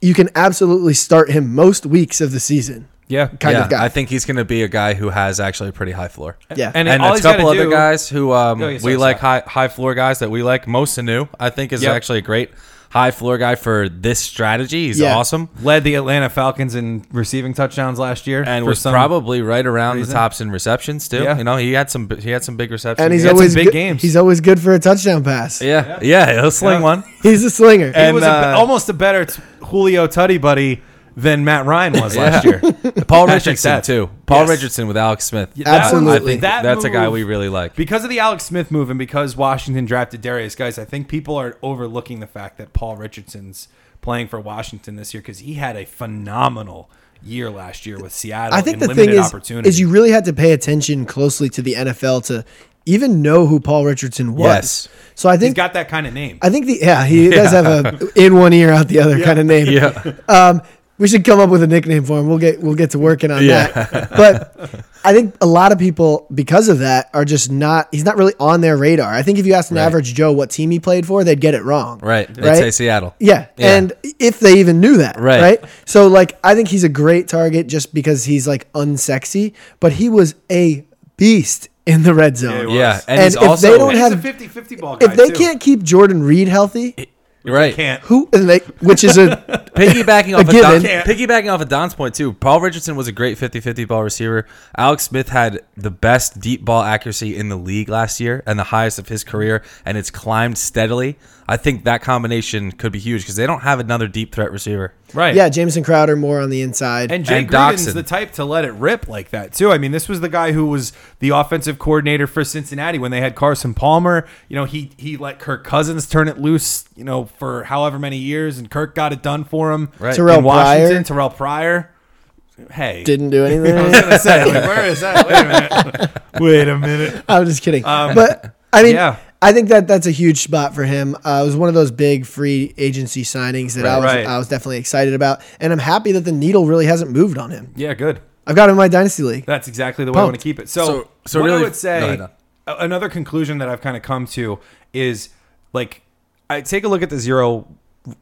you can absolutely start him most weeks of the season
yeah,
kind
yeah,
of guy.
I think he's going to be a guy who has actually a pretty high floor.
yeah.
And,
And,
all
a
he's
couple
gotta
other
do-
guys who um,
Oh, yeah, sorry,
we like high high floor guys that we like. Mo Sanu, I think, is
Yep.
actually a great high floor guy for this strategy. He's
Yeah.
awesome.
led the Atlanta Falcons in receiving touchdowns last year,
And
for
was
some-
probably right around
reason.
the tops in receptions too.
Yeah.
You know, he had some he had some big receptions.
and he's
had some
always
big
good,
games.
He's always good for a touchdown pass.
yeah, yeah, he'll sling
Yeah. [laughs]
one.
He's a slinger.
He
And,
was a,
uh,
almost a better t- Julio Tutty buddy than Matt Ryan was last year.
[laughs] Paul
Patrick
Richardson
Seth.
too. Paul
Yes.
Richardson with Alex Smith.
that
one- Absolutely.
I think
that
that's a guy
move-
we really like.
Because of the Alex Smith move and because Washington drafted Darius guys, I think people are overlooking the fact that Paul Richardson's playing for Washington this year because he had a phenomenal year last year with Seattle.
I think
and
the thing
limited
is,
opportunity.
is you really had to pay attention closely to the NFL to even know who Paul Richardson was.
Yes.
So I
he's
think
got that kind of name.
I think the yeah he does have a in one ear out the other kind of name.
Yeah,
Um, we should come up with a nickname for him. We'll get we'll get to working on
Yeah. [laughs]
that. But I think a lot of people because of that are just not he's not really on their radar. I think if you asked an
Right.
average Joe what team he played for, they'd get it wrong.
right. They'd
Right?
say Seattle.
Yeah.
Yeah.
And if they even knew that.
Right.
Right. So like I think he's a great target just because he's like unsexy, but he was a beast in the red zone.
he
Yeah,
was.
and,
And
he's
if
also
they
And
don't
he's
have-
a 50-50 ball guy
If they
too.
can't keep Jordan Reed healthy,
right.
can't.
who and they which is a
[laughs] piggybacking off of
Again.
Don,
Can't.
piggybacking off of Don's point too. Paul Richardson was a great 50-50 ball receiver. Alex Smith had the best deep ball accuracy in the league last year and the highest of his career and it's climbed steadily. I think that combination could be huge because they don't have another deep threat receiver.
[laughs] Right.
yeah, Jameson Crowder more on the inside.
And Jake
And
Gruden's
Doxson.
the type to let it rip like that too. I mean, this was the guy who was the offensive coordinator for Cincinnati when they had Carson Palmer. You know, he he let Kirk Cousins turn it loose. You know, for however many years, and Kirk got it done for him.
Right.
Terrell
in Washington,
Pryor.
Terrell Pryor. Hey,
[laughs] didn't
[laughs]
do
I was
anything.
gonna say, like, where is that? Wait a minute. Wait a minute.
[laughs] I'm just kidding. but I mean,
Um, yeah.
I think that that's a huge spot for him. Uh, it was one of those big free agency signings that I was
Right.
I was definitely excited about, and I'm happy that the needle really hasn't moved on him.
Yeah, good.
I've got him in my dynasty league.
That's exactly the way I want to
Pumped.
keep it. So,
So-
so,
so
what
really-
I would say,
go ahead, Don.
a- another conclusion that I've kind of come to is like, I take a look at the zero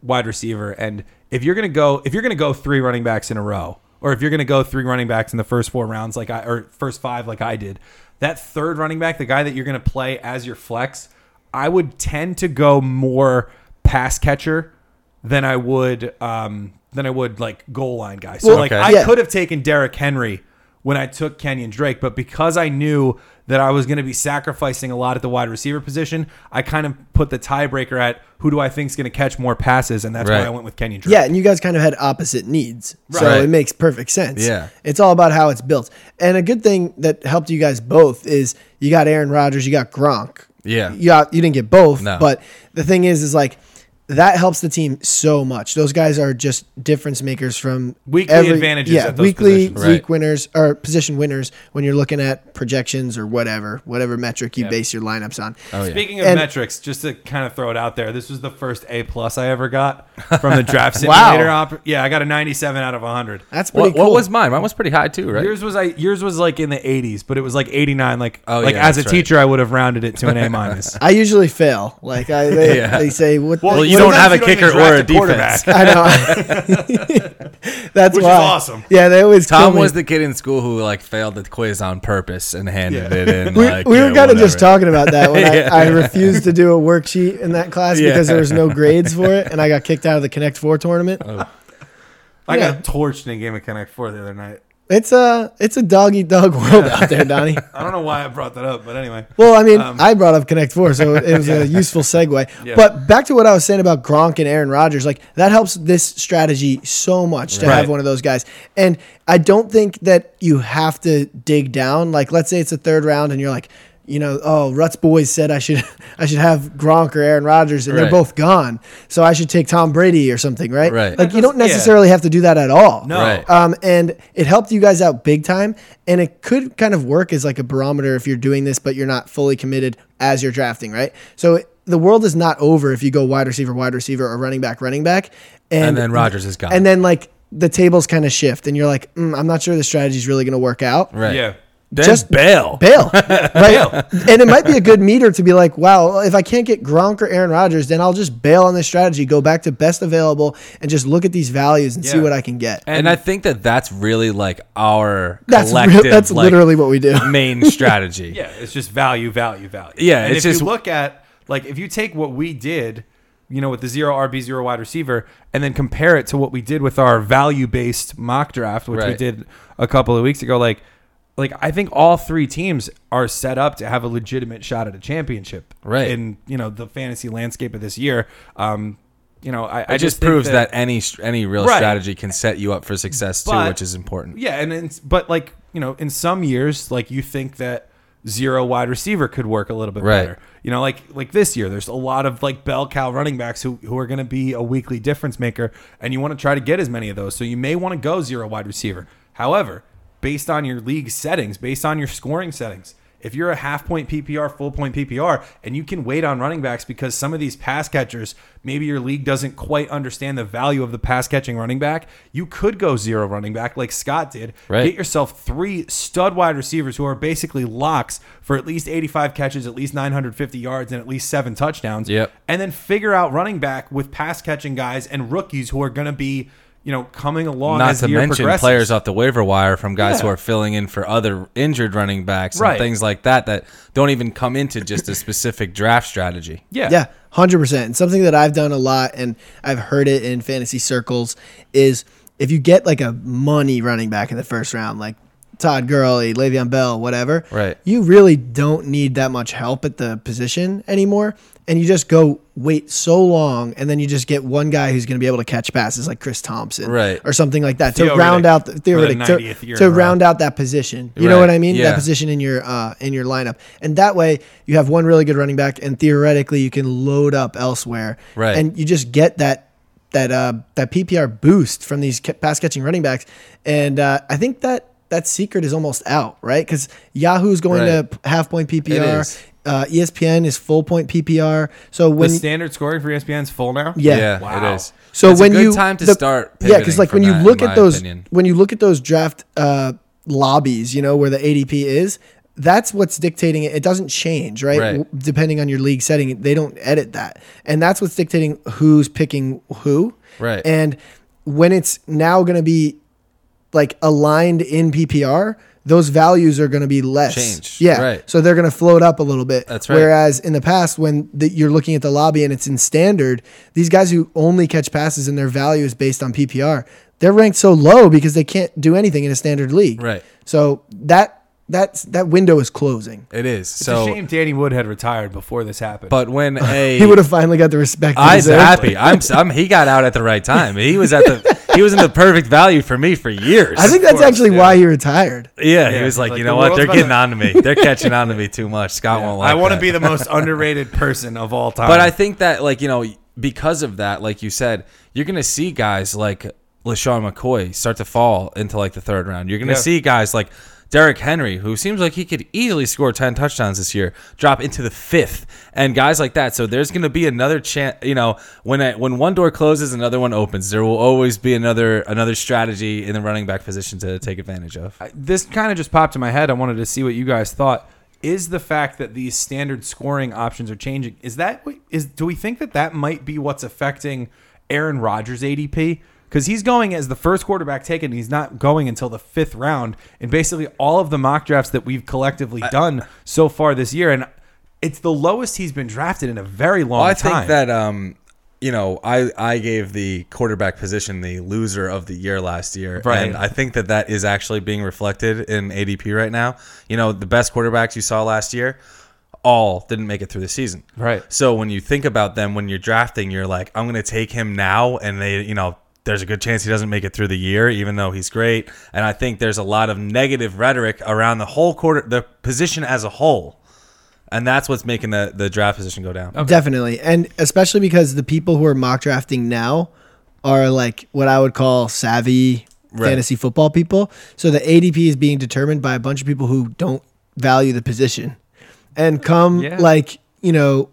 wide receiver, and if you're gonna go, if you're gonna go three running backs in a row, or if you're gonna go three running backs in the first four rounds, like I or first five, like I did, that third running back, the guy that you're gonna play as your flex, I would tend to go more pass catcher than I would um than I would like goal line guy. So
Well,
like
Okay.
I
yeah.
could have taken Derrick Henry when I took Kenyon Drake, but because I knew that I was going to be sacrificing a lot at the wide receiver position, I kind of put the tiebreaker at who do I think is going to catch more passes, and that's
Right.
why I went with Kenyon Drake.
Yeah, and you guys kind of had opposite needs.
Right.
So it makes perfect sense.
Yeah.
It's all about how it's built. And a good thing that helped you guys both is you got Aaron Rodgers, you got Gronk.
Yeah.
You, got, you didn't get both.
No.
But the thing is, is like that helps the team so much. Those guys are just difference makers from
Weekly advantages
Yeah,
at those
weekly
positions.
week
Right.
winners or position winners when you're looking at projections or whatever, whatever metric you base your lineups on.
Oh, yeah.
Speaking of
And-
metrics, just to kind of throw it out there, this was the first A plus I ever got from the draft
[laughs] Wow.
simulator. op- yeah, I got a 97 out of 100.
That's pretty
What,
cool.
what was mine? Mine was pretty high too, right?
Yours was I yours was like in the 80s, but it was like 89. Like
Oh,
like
yeah,
as a
that's right.
teacher, I would have rounded it to an A
[laughs]
minus.
I usually fail. Like I, they,
[laughs] Yeah.
they say, what?
Well,
what
you don't
is-
have a
even
kicker
draft
or a
quarterback.
defense.
I
[laughs]
know. That's
Which is
why.
awesome.
Yeah, they always. kill
[laughs] Tom
me.
was the kid in school who like failed the quiz on purpose
[laughs]
and handed it in.
We,
like,
we
yeah,
were kind of just
whatever.
talking about that
[laughs]
when I, I refused to do a worksheet in that class because there was no grades for it, and I got kicked out of the Connect Four tournament.
Oh.
I
Yeah.
got torched in a game of Connect Four the other night.
It's a it's a dog eat dog [laughs] world out there, Donnie.
I don't know why I brought that up, but anyway.
Well, I
Um,
mean, I brought up Connect Four, so it
[laughs]
was a useful segue. But back to what I was saying about Gronk and Aaron Rodgers, like that helps this strategy so much to have
Right.
one of those guys. And I don't think that you have to dig down. Like, let's say it's a third round, and you're like, you know, oh, Ruts boys said I should [laughs] I should have Gronk or Aaron Rodgers, and they're
Right.
both gone, so I should take Tom Brady or something, right?
Right.
Like, you
That
don't
doesn't- yeah.
necessarily have to do that at all.
No.
Right.
Um, and it helped you guys out big time. And it could kind of work as like a barometer if you're doing this, but you're not fully committed as you're drafting, right? So it- the world is not over if you go wide receiver, wide receiver, or running back, running back. And,
And then Rodgers is gone.
And then like the tables kind of shift, and you're like, mm, I'm not sure the strategy is really going to work out.
Right.
Yeah.
Then
Just-
bail.
Bail, right? And it might be a good meter to be like, wow, if I can't get Gronk or Aaron Rodgers, then I'll just bail on this strategy, go back to best available, and just look at these values and see
Yeah.
what I can get.
And I think that that's really like our
That's real-
collective,
that's
like,
literally what we do.
[laughs] main
[laughs]
strategy.
Yeah, it's just value, value, value.
Yeah,
and
it's
if
just-
you look at like if you take what we did, you know, with the zero RB zero wide receiver, and then compare it to what we did with our value based mock draft, which we
Right.
did a couple of weeks ago, like. Like I think all three teams are set up to have a legitimate shot at a championship,
Right.
In you know the fantasy landscape of this year, um, you know I, I
It just,
think
proves that, any any real
Right.
strategy can set you up for success too,
But-
which is important.
Yeah, and it's, but like you know, in some years, like you think that zero wide receiver could work a little bit
Right.
better. You know, like like this year, there's a lot of like bell cow running backs who who are going to be a weekly difference maker, and you want to try to get as many of those. So you may want to go zero wide receiver. However, based on your league settings, based on your scoring settings. If you're a half point PPR, full point PPR, and you can wait on running backs because some of these pass catchers, maybe your league doesn't quite understand the value of the pass catching running back, you could go zero running back like Scott did.
Right.
Get yourself three stud wide receivers who are basically locks for at least 85 catches, at least 950 yards, and at least seven touchdowns.
Yep.
And then figure out running back with pass catching guys and rookies who are going to be, you know, coming along
Not
as the
to
year
mention
progresses.
players off the waiver wire from guys who
Yeah.
are filling in for other injured running backs
Right.
and things like that that don't even come into just a specific draft strategy.
Yeah.
Yeah, hundred percent. And something that I've done a lot, and I've heard it in fantasy circles, is if you get like a money running back in the first round, like Todd Gurley, Le'Veon Bell, whatever,
Right.
You really don't need that much help at the position anymore, and you just go wait so long, and then you just get one guy who's going to be able to catch passes, like Chris Thompson,
Right.
or something like that, to
Theo
round
Riddick
out the, Theo
for the
Riddick, to-
90th year
to,
in a row.
round out that position. You know
Right.
what I mean? That
Yeah.
position position in your uh, in your lineup, and that way you have one really good running back, and theoretically you can load up elsewhere,
Right.
And you just get that that uh, that PPR boost from these ca- pass catching running backs, and uh, I think that that secret is almost out, right? Because Yahoo's going
Right.
to half point
It
PPR,
is.
uh, ESPN is full point PPR, so
The
when
standard scoring for E ESPN is full now.
Yeah.
Yeah,
Wow.
it is.
so
It's
when
a good
you
time to
the-
start.
yeah, because like when you look at those
Opinion.
when you look at those draft uh, lobbies, you know where the ADP is. That's what's dictating it. It doesn't change, right?
Right.
W- Depending on your league setting, they don't edit that, and that's what's dictating who's picking who.
Right.
And when it's now going to be like aligned in PPR, those values are going to be less.
Change,
Yeah.
right.
So they're going to float up a little bit.
That's right.
Whereas in the past, when the, you're looking at the lobby and it's in standard, these guys who only catch passes and their value is based on PPR, they're ranked so low because they can't do anything in a standard league.
Right.
So that that's that window is closing.
It is.
It's
so,
a shame Danny Wood had retired before this happened.
[laughs]
but when a
He would have finally got the respect. he
I was
deserved.
happy. I'm, I'm. He got out at the right time. He was at the. He was in the perfect value for me for years.
I think that's
course,
actually
yeah.
why he retired.
Yeah,
Yeah,
he was like,
like,
you
the
know what?
world's
They're
about
getting
to-
on to me. They're catching on to me too much. Scott won't like.
I want to
that. [laughs]
be the most underrated person of all time.
But I think that like you know because of that, like you said, you're going to see guys like LaShawn McCoy start to fall into like the third round. You're going to
Yeah.
see guys like Derrick Henry, who seems like he could easily score 10 touchdowns this year, drop into the fifth, and guys like that. So there's going to be another chance. You know, when I, when one door closes, another one opens. There will always be another another strategy in the running back position to take advantage of.
this kind of just popped in my head. I wanted to see what you guys thought. Is the fact that these standard scoring options are changing? Is that what- is do we think that that might be what's affecting Aaron Rodgers' ADP? Because he's going as the first quarterback taken, and he's not going until the fifth round. And basically, all of the mock drafts that we've collectively done so far this year, and it's the lowest he's been drafted in a very long
Well, I
time.
think that um, you know, I I gave the quarterback position the loser of the year last year,
Right.
and I think that that is actually being reflected in ADP right now. You know, the best quarterbacks you saw last year all didn't make it through the season.
Right.
So when you think about them when you're drafting, you're like, I'm going to take him now and they, you know, there's a good chance he doesn't make it through the year even though he's great. And I think there's a lot of negative rhetoric around the whole quarter the position as a whole. And that's what's making the, the draft position go down.
Definitely. And especially because the people who are mock drafting now are like what I would call savvy
Right.
fantasy football people. So the ADP is being determined by a bunch of people who don't value the position. And come
Yeah.
like, you know,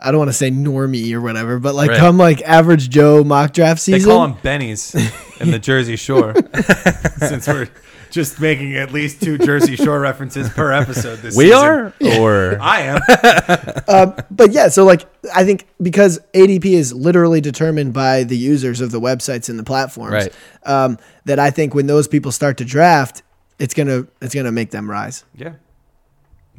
I don't want to say normie or whatever, but like
Right.
come like average Joe mock draft
They
season.
call him Benny's in the Jersey Shore, [laughs] since we're just making at least two Jersey Shore references per episode this
We
season.
are, or
I am.
[laughs]
but yeah, so like I think because ADP is literally determined by the users of the websites and the platforms,
Right.
um, that I think when those people start to draft, it's gonna it's gonna make them rise.
Yeah.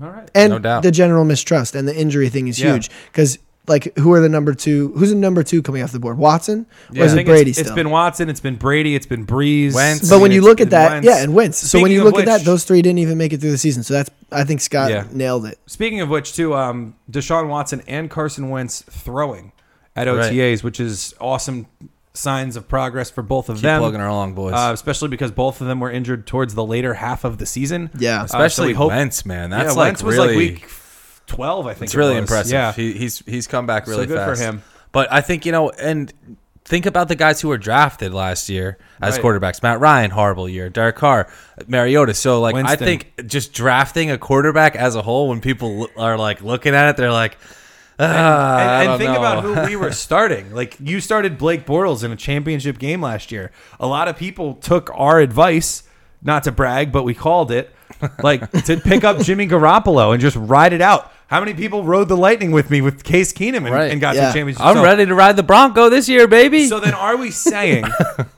All right.
And
No doubt.
the general mistrust and the injury thing is
Yeah.
huge because like who are the number two? Who's the number two coming off the board? Watson or is
I
it
think
Brady
it's,
still?
it's been Watson, it's been Brady, it's been Breeze.
Wentz.
but when
I mean,
you
it's
look at
been
that,
Wentz.
yeah, and Wentz. So when
Speaking
you
of
look at that,
which-
those three didn't even make it through the season. So that's I think Scott
Yeah.
nailed it.
Speaking of which, too, um, Deshaun Watson and Carson Wentz throwing at
Right.
OTAs, which is awesome signs of progress for both of
keep
them.
plugging her along, boys.
Uh, especially because both of them were injured towards the later half of the season.
Yeah.
Uh, so we
Especially
hope-
Wentz, man.
Yeah,
That's like
Wentz was
really,
like week twelve, I think.
it's
it
really
was.
impressive.
Yeah,
He, he's he's come back really
good for
fast.
him.
But I think you know, and think about the guys who were drafted last year as
Right.
quarterbacks: Matt Ryan, horrible year; Derek Carr, Mariota. So like, I
Winston.
think just drafting a quarterback as a whole, when people lo- are like looking at it, they're like, "Ah,
and,
I
and
don't
think
know."
about who
[laughs]
we were starting. Like you started Blake Bortles in a championship game last year. A lot of people took our advice, not to brag, but we called it, like to pick
[laughs]
up Jimmy Garoppolo and just ride it out. How many people rode the Lightning with me with Case Keenum and,
Right.
and got to
Yeah.
the championship?
I'm
So-
ready to ride the Bronco this year, baby.
So then, are we saying,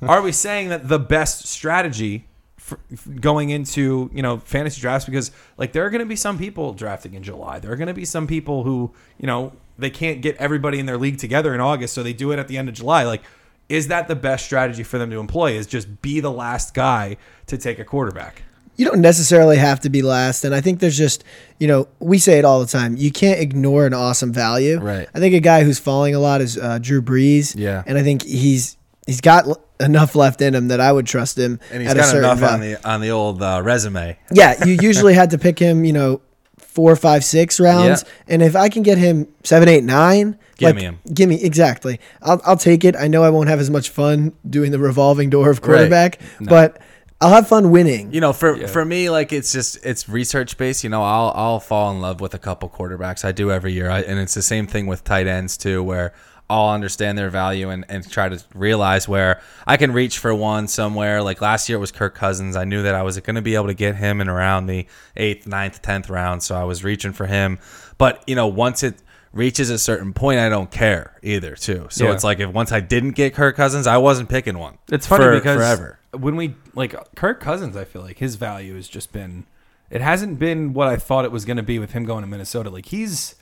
are we saying that the best strategy for going into you know fantasy drafts because like there are going to be some people drafting in July. There are going to be some people who you know they can't get everybody in their league together in August, so they do it at the end of July. Like, is that the best strategy for them to employ? Is just be the last guy to take a quarterback.
you don't necessarily have to be last. And I think there's just, you know, we say it all the time. You can't ignore an awesome value.
Right.
I think a guy who's falling a lot is uh, Drew Brees.
Yeah.
And I think he's he's got l- enough left in him that I would trust him.
and he's
at a
got
certain
enough on
value.
the on the old uh, resume.
Yeah, you usually had to pick him, you know, four, five, six rounds.
Yeah.
And if I can get him seven, eight, nine,
Give me him.
Give me exactly. I'll I'll take it. I know I won't have as much fun doing the revolving door of quarterback, but I'll have fun winning.
you know for for me like it's just it's research based you know i'll i'll fall in love with a couple quarterbacks i do every year I, and it's the same thing with tight ends too where i'll understand their value and, and try to realize where i can reach for one somewhere like last year it was kirk cousins i knew that i was going to be able to get him in around the eighth ninth tenth round so i was reaching for him but you know once it reaches a certain point i don't care either too so
Yeah.
it's like if once i didn't get kirk cousins i wasn't picking one
It's funny
for-
because
forever
when we like Kirk Cousins, I feel like his value has just been it hasn't been what I thought it was going to be with him going to Minnesota. Like he's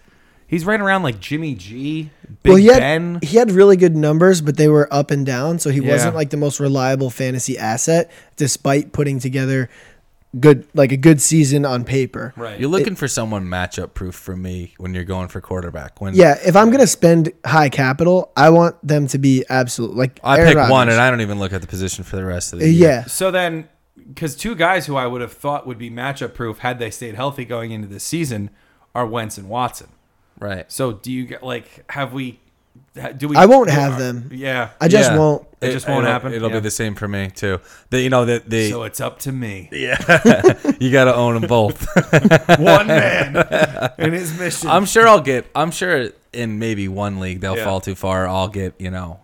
he's right around like Jimmy G, Big
well, he had,
Ben.
he had really good numbers, but they were up and down, so he
Yeah.
wasn't like the most reliable fantasy asset, despite putting together good like a good season on paper.
Right.
You're looking for someone matchup proof for me when you're going for quarterback. When
Yeah, if I'm gonna spend high capital, I want them to be absolute. Like
I
Aaron
pick one
Rodgers.
and I don't even look at the position for the rest of the
Uh,
year.
yeah,
So then, because two guys who I would have thought would be matchup proof had they stayed healthy going into this season are Wentz and Watson.
right.
So do you get like have we do we?
I won't have them.
Yeah,
I just won't.
It just won't
it'll-
happen.
It'll
Yeah.
be the same for me too. The, you know that the,
so it's up to
[laughs]
me.
you got to own
[laughs]
them both.
One man and his mission.
I'm sure I'll get. I'm sure in maybe one league they'll
Yeah.
fall too far. I'll get you know,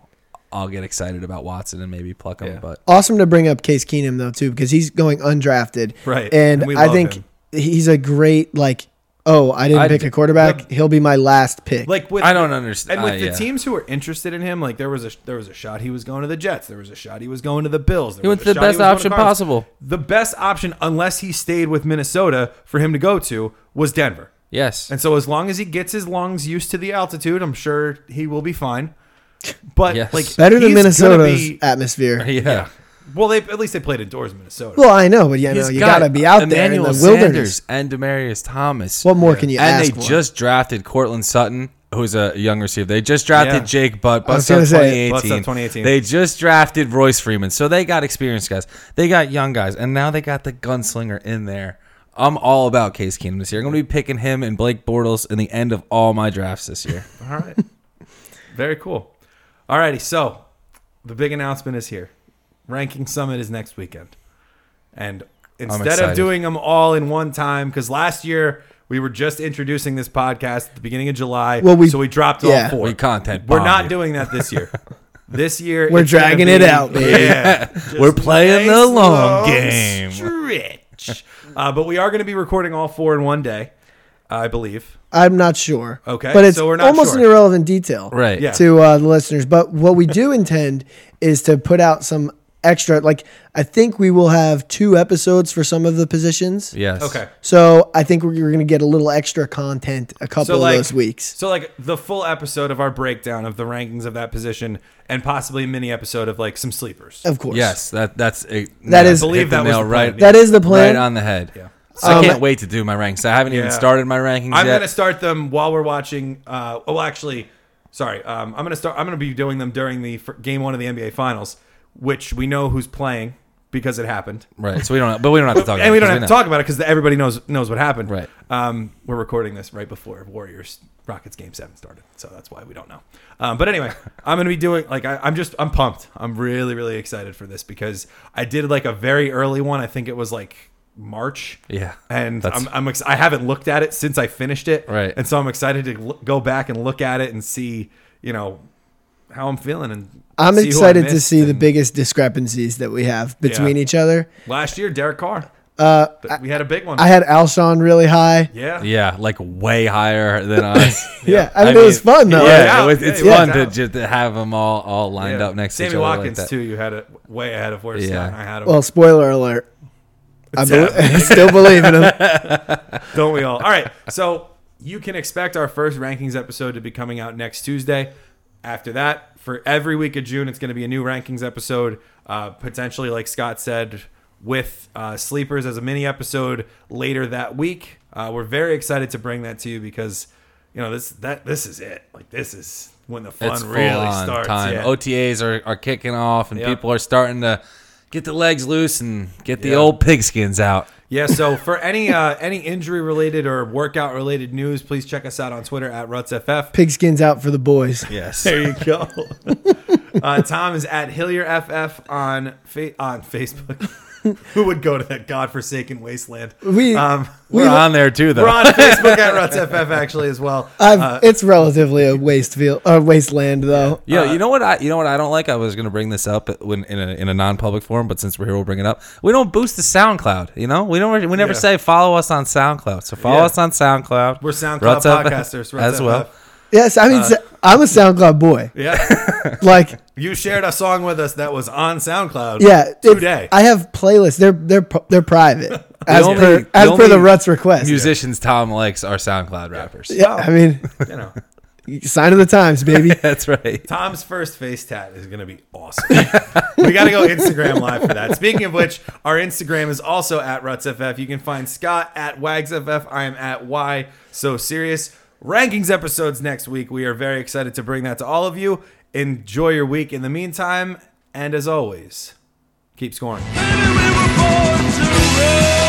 I'll get excited about Watson and maybe pluck him.
Yeah.
But
Awesome to bring up Case Keenum though too because he's going undrafted.
Right,
And,
and we
I
love
think
him.
he's a great like. Oh, I didn't
I
pick
d-
a quarterback. He'll be my last pick.
like with
I don't understand.
And with
uh,
the
yeah.
teams who were interested in him, like there was a there was a shot he was going to the Jets. There was a shot he was going to the Bills. There
He
was
went
a
to the
shot he was
best
going to
option
Cardinals.
possible.
The best option, unless he stayed with Minnesota for him to go to, was Denver.
yes,
And so as long as he gets his lungs used to the altitude, I'm sure he will be fine. But
Yes.
like
better
he's
than
gonna
Minnesota's
be-
atmosphere.
[laughs] yeah.
well, they at least they played indoors in Minnesota.
Well, I know, but you know
He's
you
got
gotta be out there in
Emmanuel
the wilderness.
Sanders and Demarius Thomas.
What more can you
and
ask
they
for?
just drafted Cortland Sutton, who's a young receiver. They just drafted
Yeah.
Jake Butt,
was
Butt's
gonna
up
say-
2018.
Butt's up 2018.
They just drafted Royce Freeman. So they got experienced guys. They got young guys, and now they got the gunslinger in there. I'm all about Case Keenum this year. I'm going to be picking him and Blake Bortles in the end of all my drafts
[laughs]
this year.
All right. Very cool. All righty. So the big announcement is here. Ranking Summit is next weekend. And instead of
excited.
doing them all in one time, because last year we were just introducing this podcast at the beginning of July.
Well, we-
so we dropped
yeah.
all four.
We content
We're
bomb
not
you.
doing that this year. this year
We're
it's gonna
dragging it out, baby.
Yeah.
We're playing the
Nice
long game.
Stretch. Uh, but we are going to be recording all four in one day, I believe.
I'm not sure.
Okay,
but it's
so we're not
almost
sure.
an irrelevant detail,
Right.
Yeah.
to uh, the listeners. But what we do [laughs] intend is to put out some extra. Like I think we will have two episodes for some of the positions.
Yes.
Okay.
So I think we're, we're going to get a little extra content a couple of those weeks.
So like the full episode of our breakdown of the rankings of that position, and possibly a mini episode of like some sleepers.
Of course.
Yes, that that's a,
That is-
hit
Believe
the
that was
nail
the
right.
plan, yeah.
That is the plan.
right on the head. Yeah.
Um,
I can't wait to do my rankings. I haven't
Yeah.
even started my rankings
I'm
yet.
gonna start them while we're watching. Uh, well, actually, sorry. Um, I'm gonna start. I'm gonna be doing them during the fir- game one of the NBA Finals, which we know who's playing because it happened,
right. So we don't. But we don't have to
[laughs]
talk.
and
about
we
it
don't
'cause
have to
know.
talk about it because everybody knows knows what happened.
Right.
Um, we're recording this right before Warriors Rockets Game Seven started, so that's why we don't know. Um, but
[laughs]
anyway, I'm gonna be doing like I, I'm just I'm pumped. I'm really really excited for this because I did like a very early one. I think it was like March.
Yeah,
and
that's-
I'm, I'm ex- I haven't looked at it since I finished it.
Right.
and so I'm excited to l- go back and look at it and see you know how I'm feeling and
I'm
see who I
excited to
missed.
see the
And
biggest discrepancies that we have between
Yeah.
each other.
last year Derek Carr.
Uh,
But we had a big one.
I had Alshon really high.
yeah.
Yeah, like way
[laughs]
higher than us.
Yeah, I mean, it was fun though.
Yeah,
Yeah,
it was,
yeah,
it's
it was
fun to
out.
just to have them all all lined
Yeah.
up next
Sammy
to each other.
Watkins
like that.
too. You had it way ahead of where Scott
Yeah.
and I had him.
Well, spoiler alert. I
It's
bel-
happening.
[laughs] still believe
[laughs]
in him.
Don't we all? All right. So you can expect our first rankings episode to be coming out next Tuesday. After that, for every week of June, it's going to be a new rankings episode. Uh, potentially, like Scott said, with uh, sleepers as a mini episode later that week. Uh, we're very excited to bring that to you because you know this that this is it. Like this is when the fun
It's
really
full-on
starts.
Time. Oh,
Yeah.
OTAs are, are kicking off, and
Yeah.
people are starting to get the legs loose and get the
Yeah.
old pigskins out.
Yeah, so for any uh, any injury related or workout related news, please check us out on Twitter at RutsFF.
Pigskins out for the boys.
Yes.
There you go. [laughs] uh, Tom is at HillierFF on fa- on Facebook. [laughs] Who would go to that godforsaken wasteland?
We-
um,
We're on there too, though.
we're on Facebook at RutsFF actually as well.
I've,
Uh,
it's relatively a waste field, a wasteland though.
Yeah,
Uh,
you know what I you know what I don't like. I was gonna bring this up when in a, in a non public forum, but since we're here, we'll bring it up. We don't boost the SoundCloud. You know, we don't we never
Yeah.
say follow us on SoundCloud. So follow
Yeah.
us on SoundCloud.
we're SoundCloud
Ruts up-
podcasters Ruts
as well.
FF.
Yes, I mean I'm a SoundCloud boy.
Uh, Yeah,
Like
you shared a song with us that was on SoundCloud.
yeah,
[laughs]
it-
today.
I have playlists. They're they're pr- they're private as
only-
per
the
as per the
only
Ruts request.
Musicians Tom likes are SoundCloud rappers.
Yeah, I mean,
you know,
sign of the
[laughs]
times, baby.
[laughs] That's right.
Tom's first face tat is going to be awesome. [laughs] we got to go Instagram live for that. Speaking of which, our Instagram is also at RutsFF. You can find Scott at WagsFF. I am at Y So Serious. Rankings episodes next week. We are very excited to bring that to all of you. Enjoy your week in the meantime. And as always, keep scoring.
Baby, we were born to run.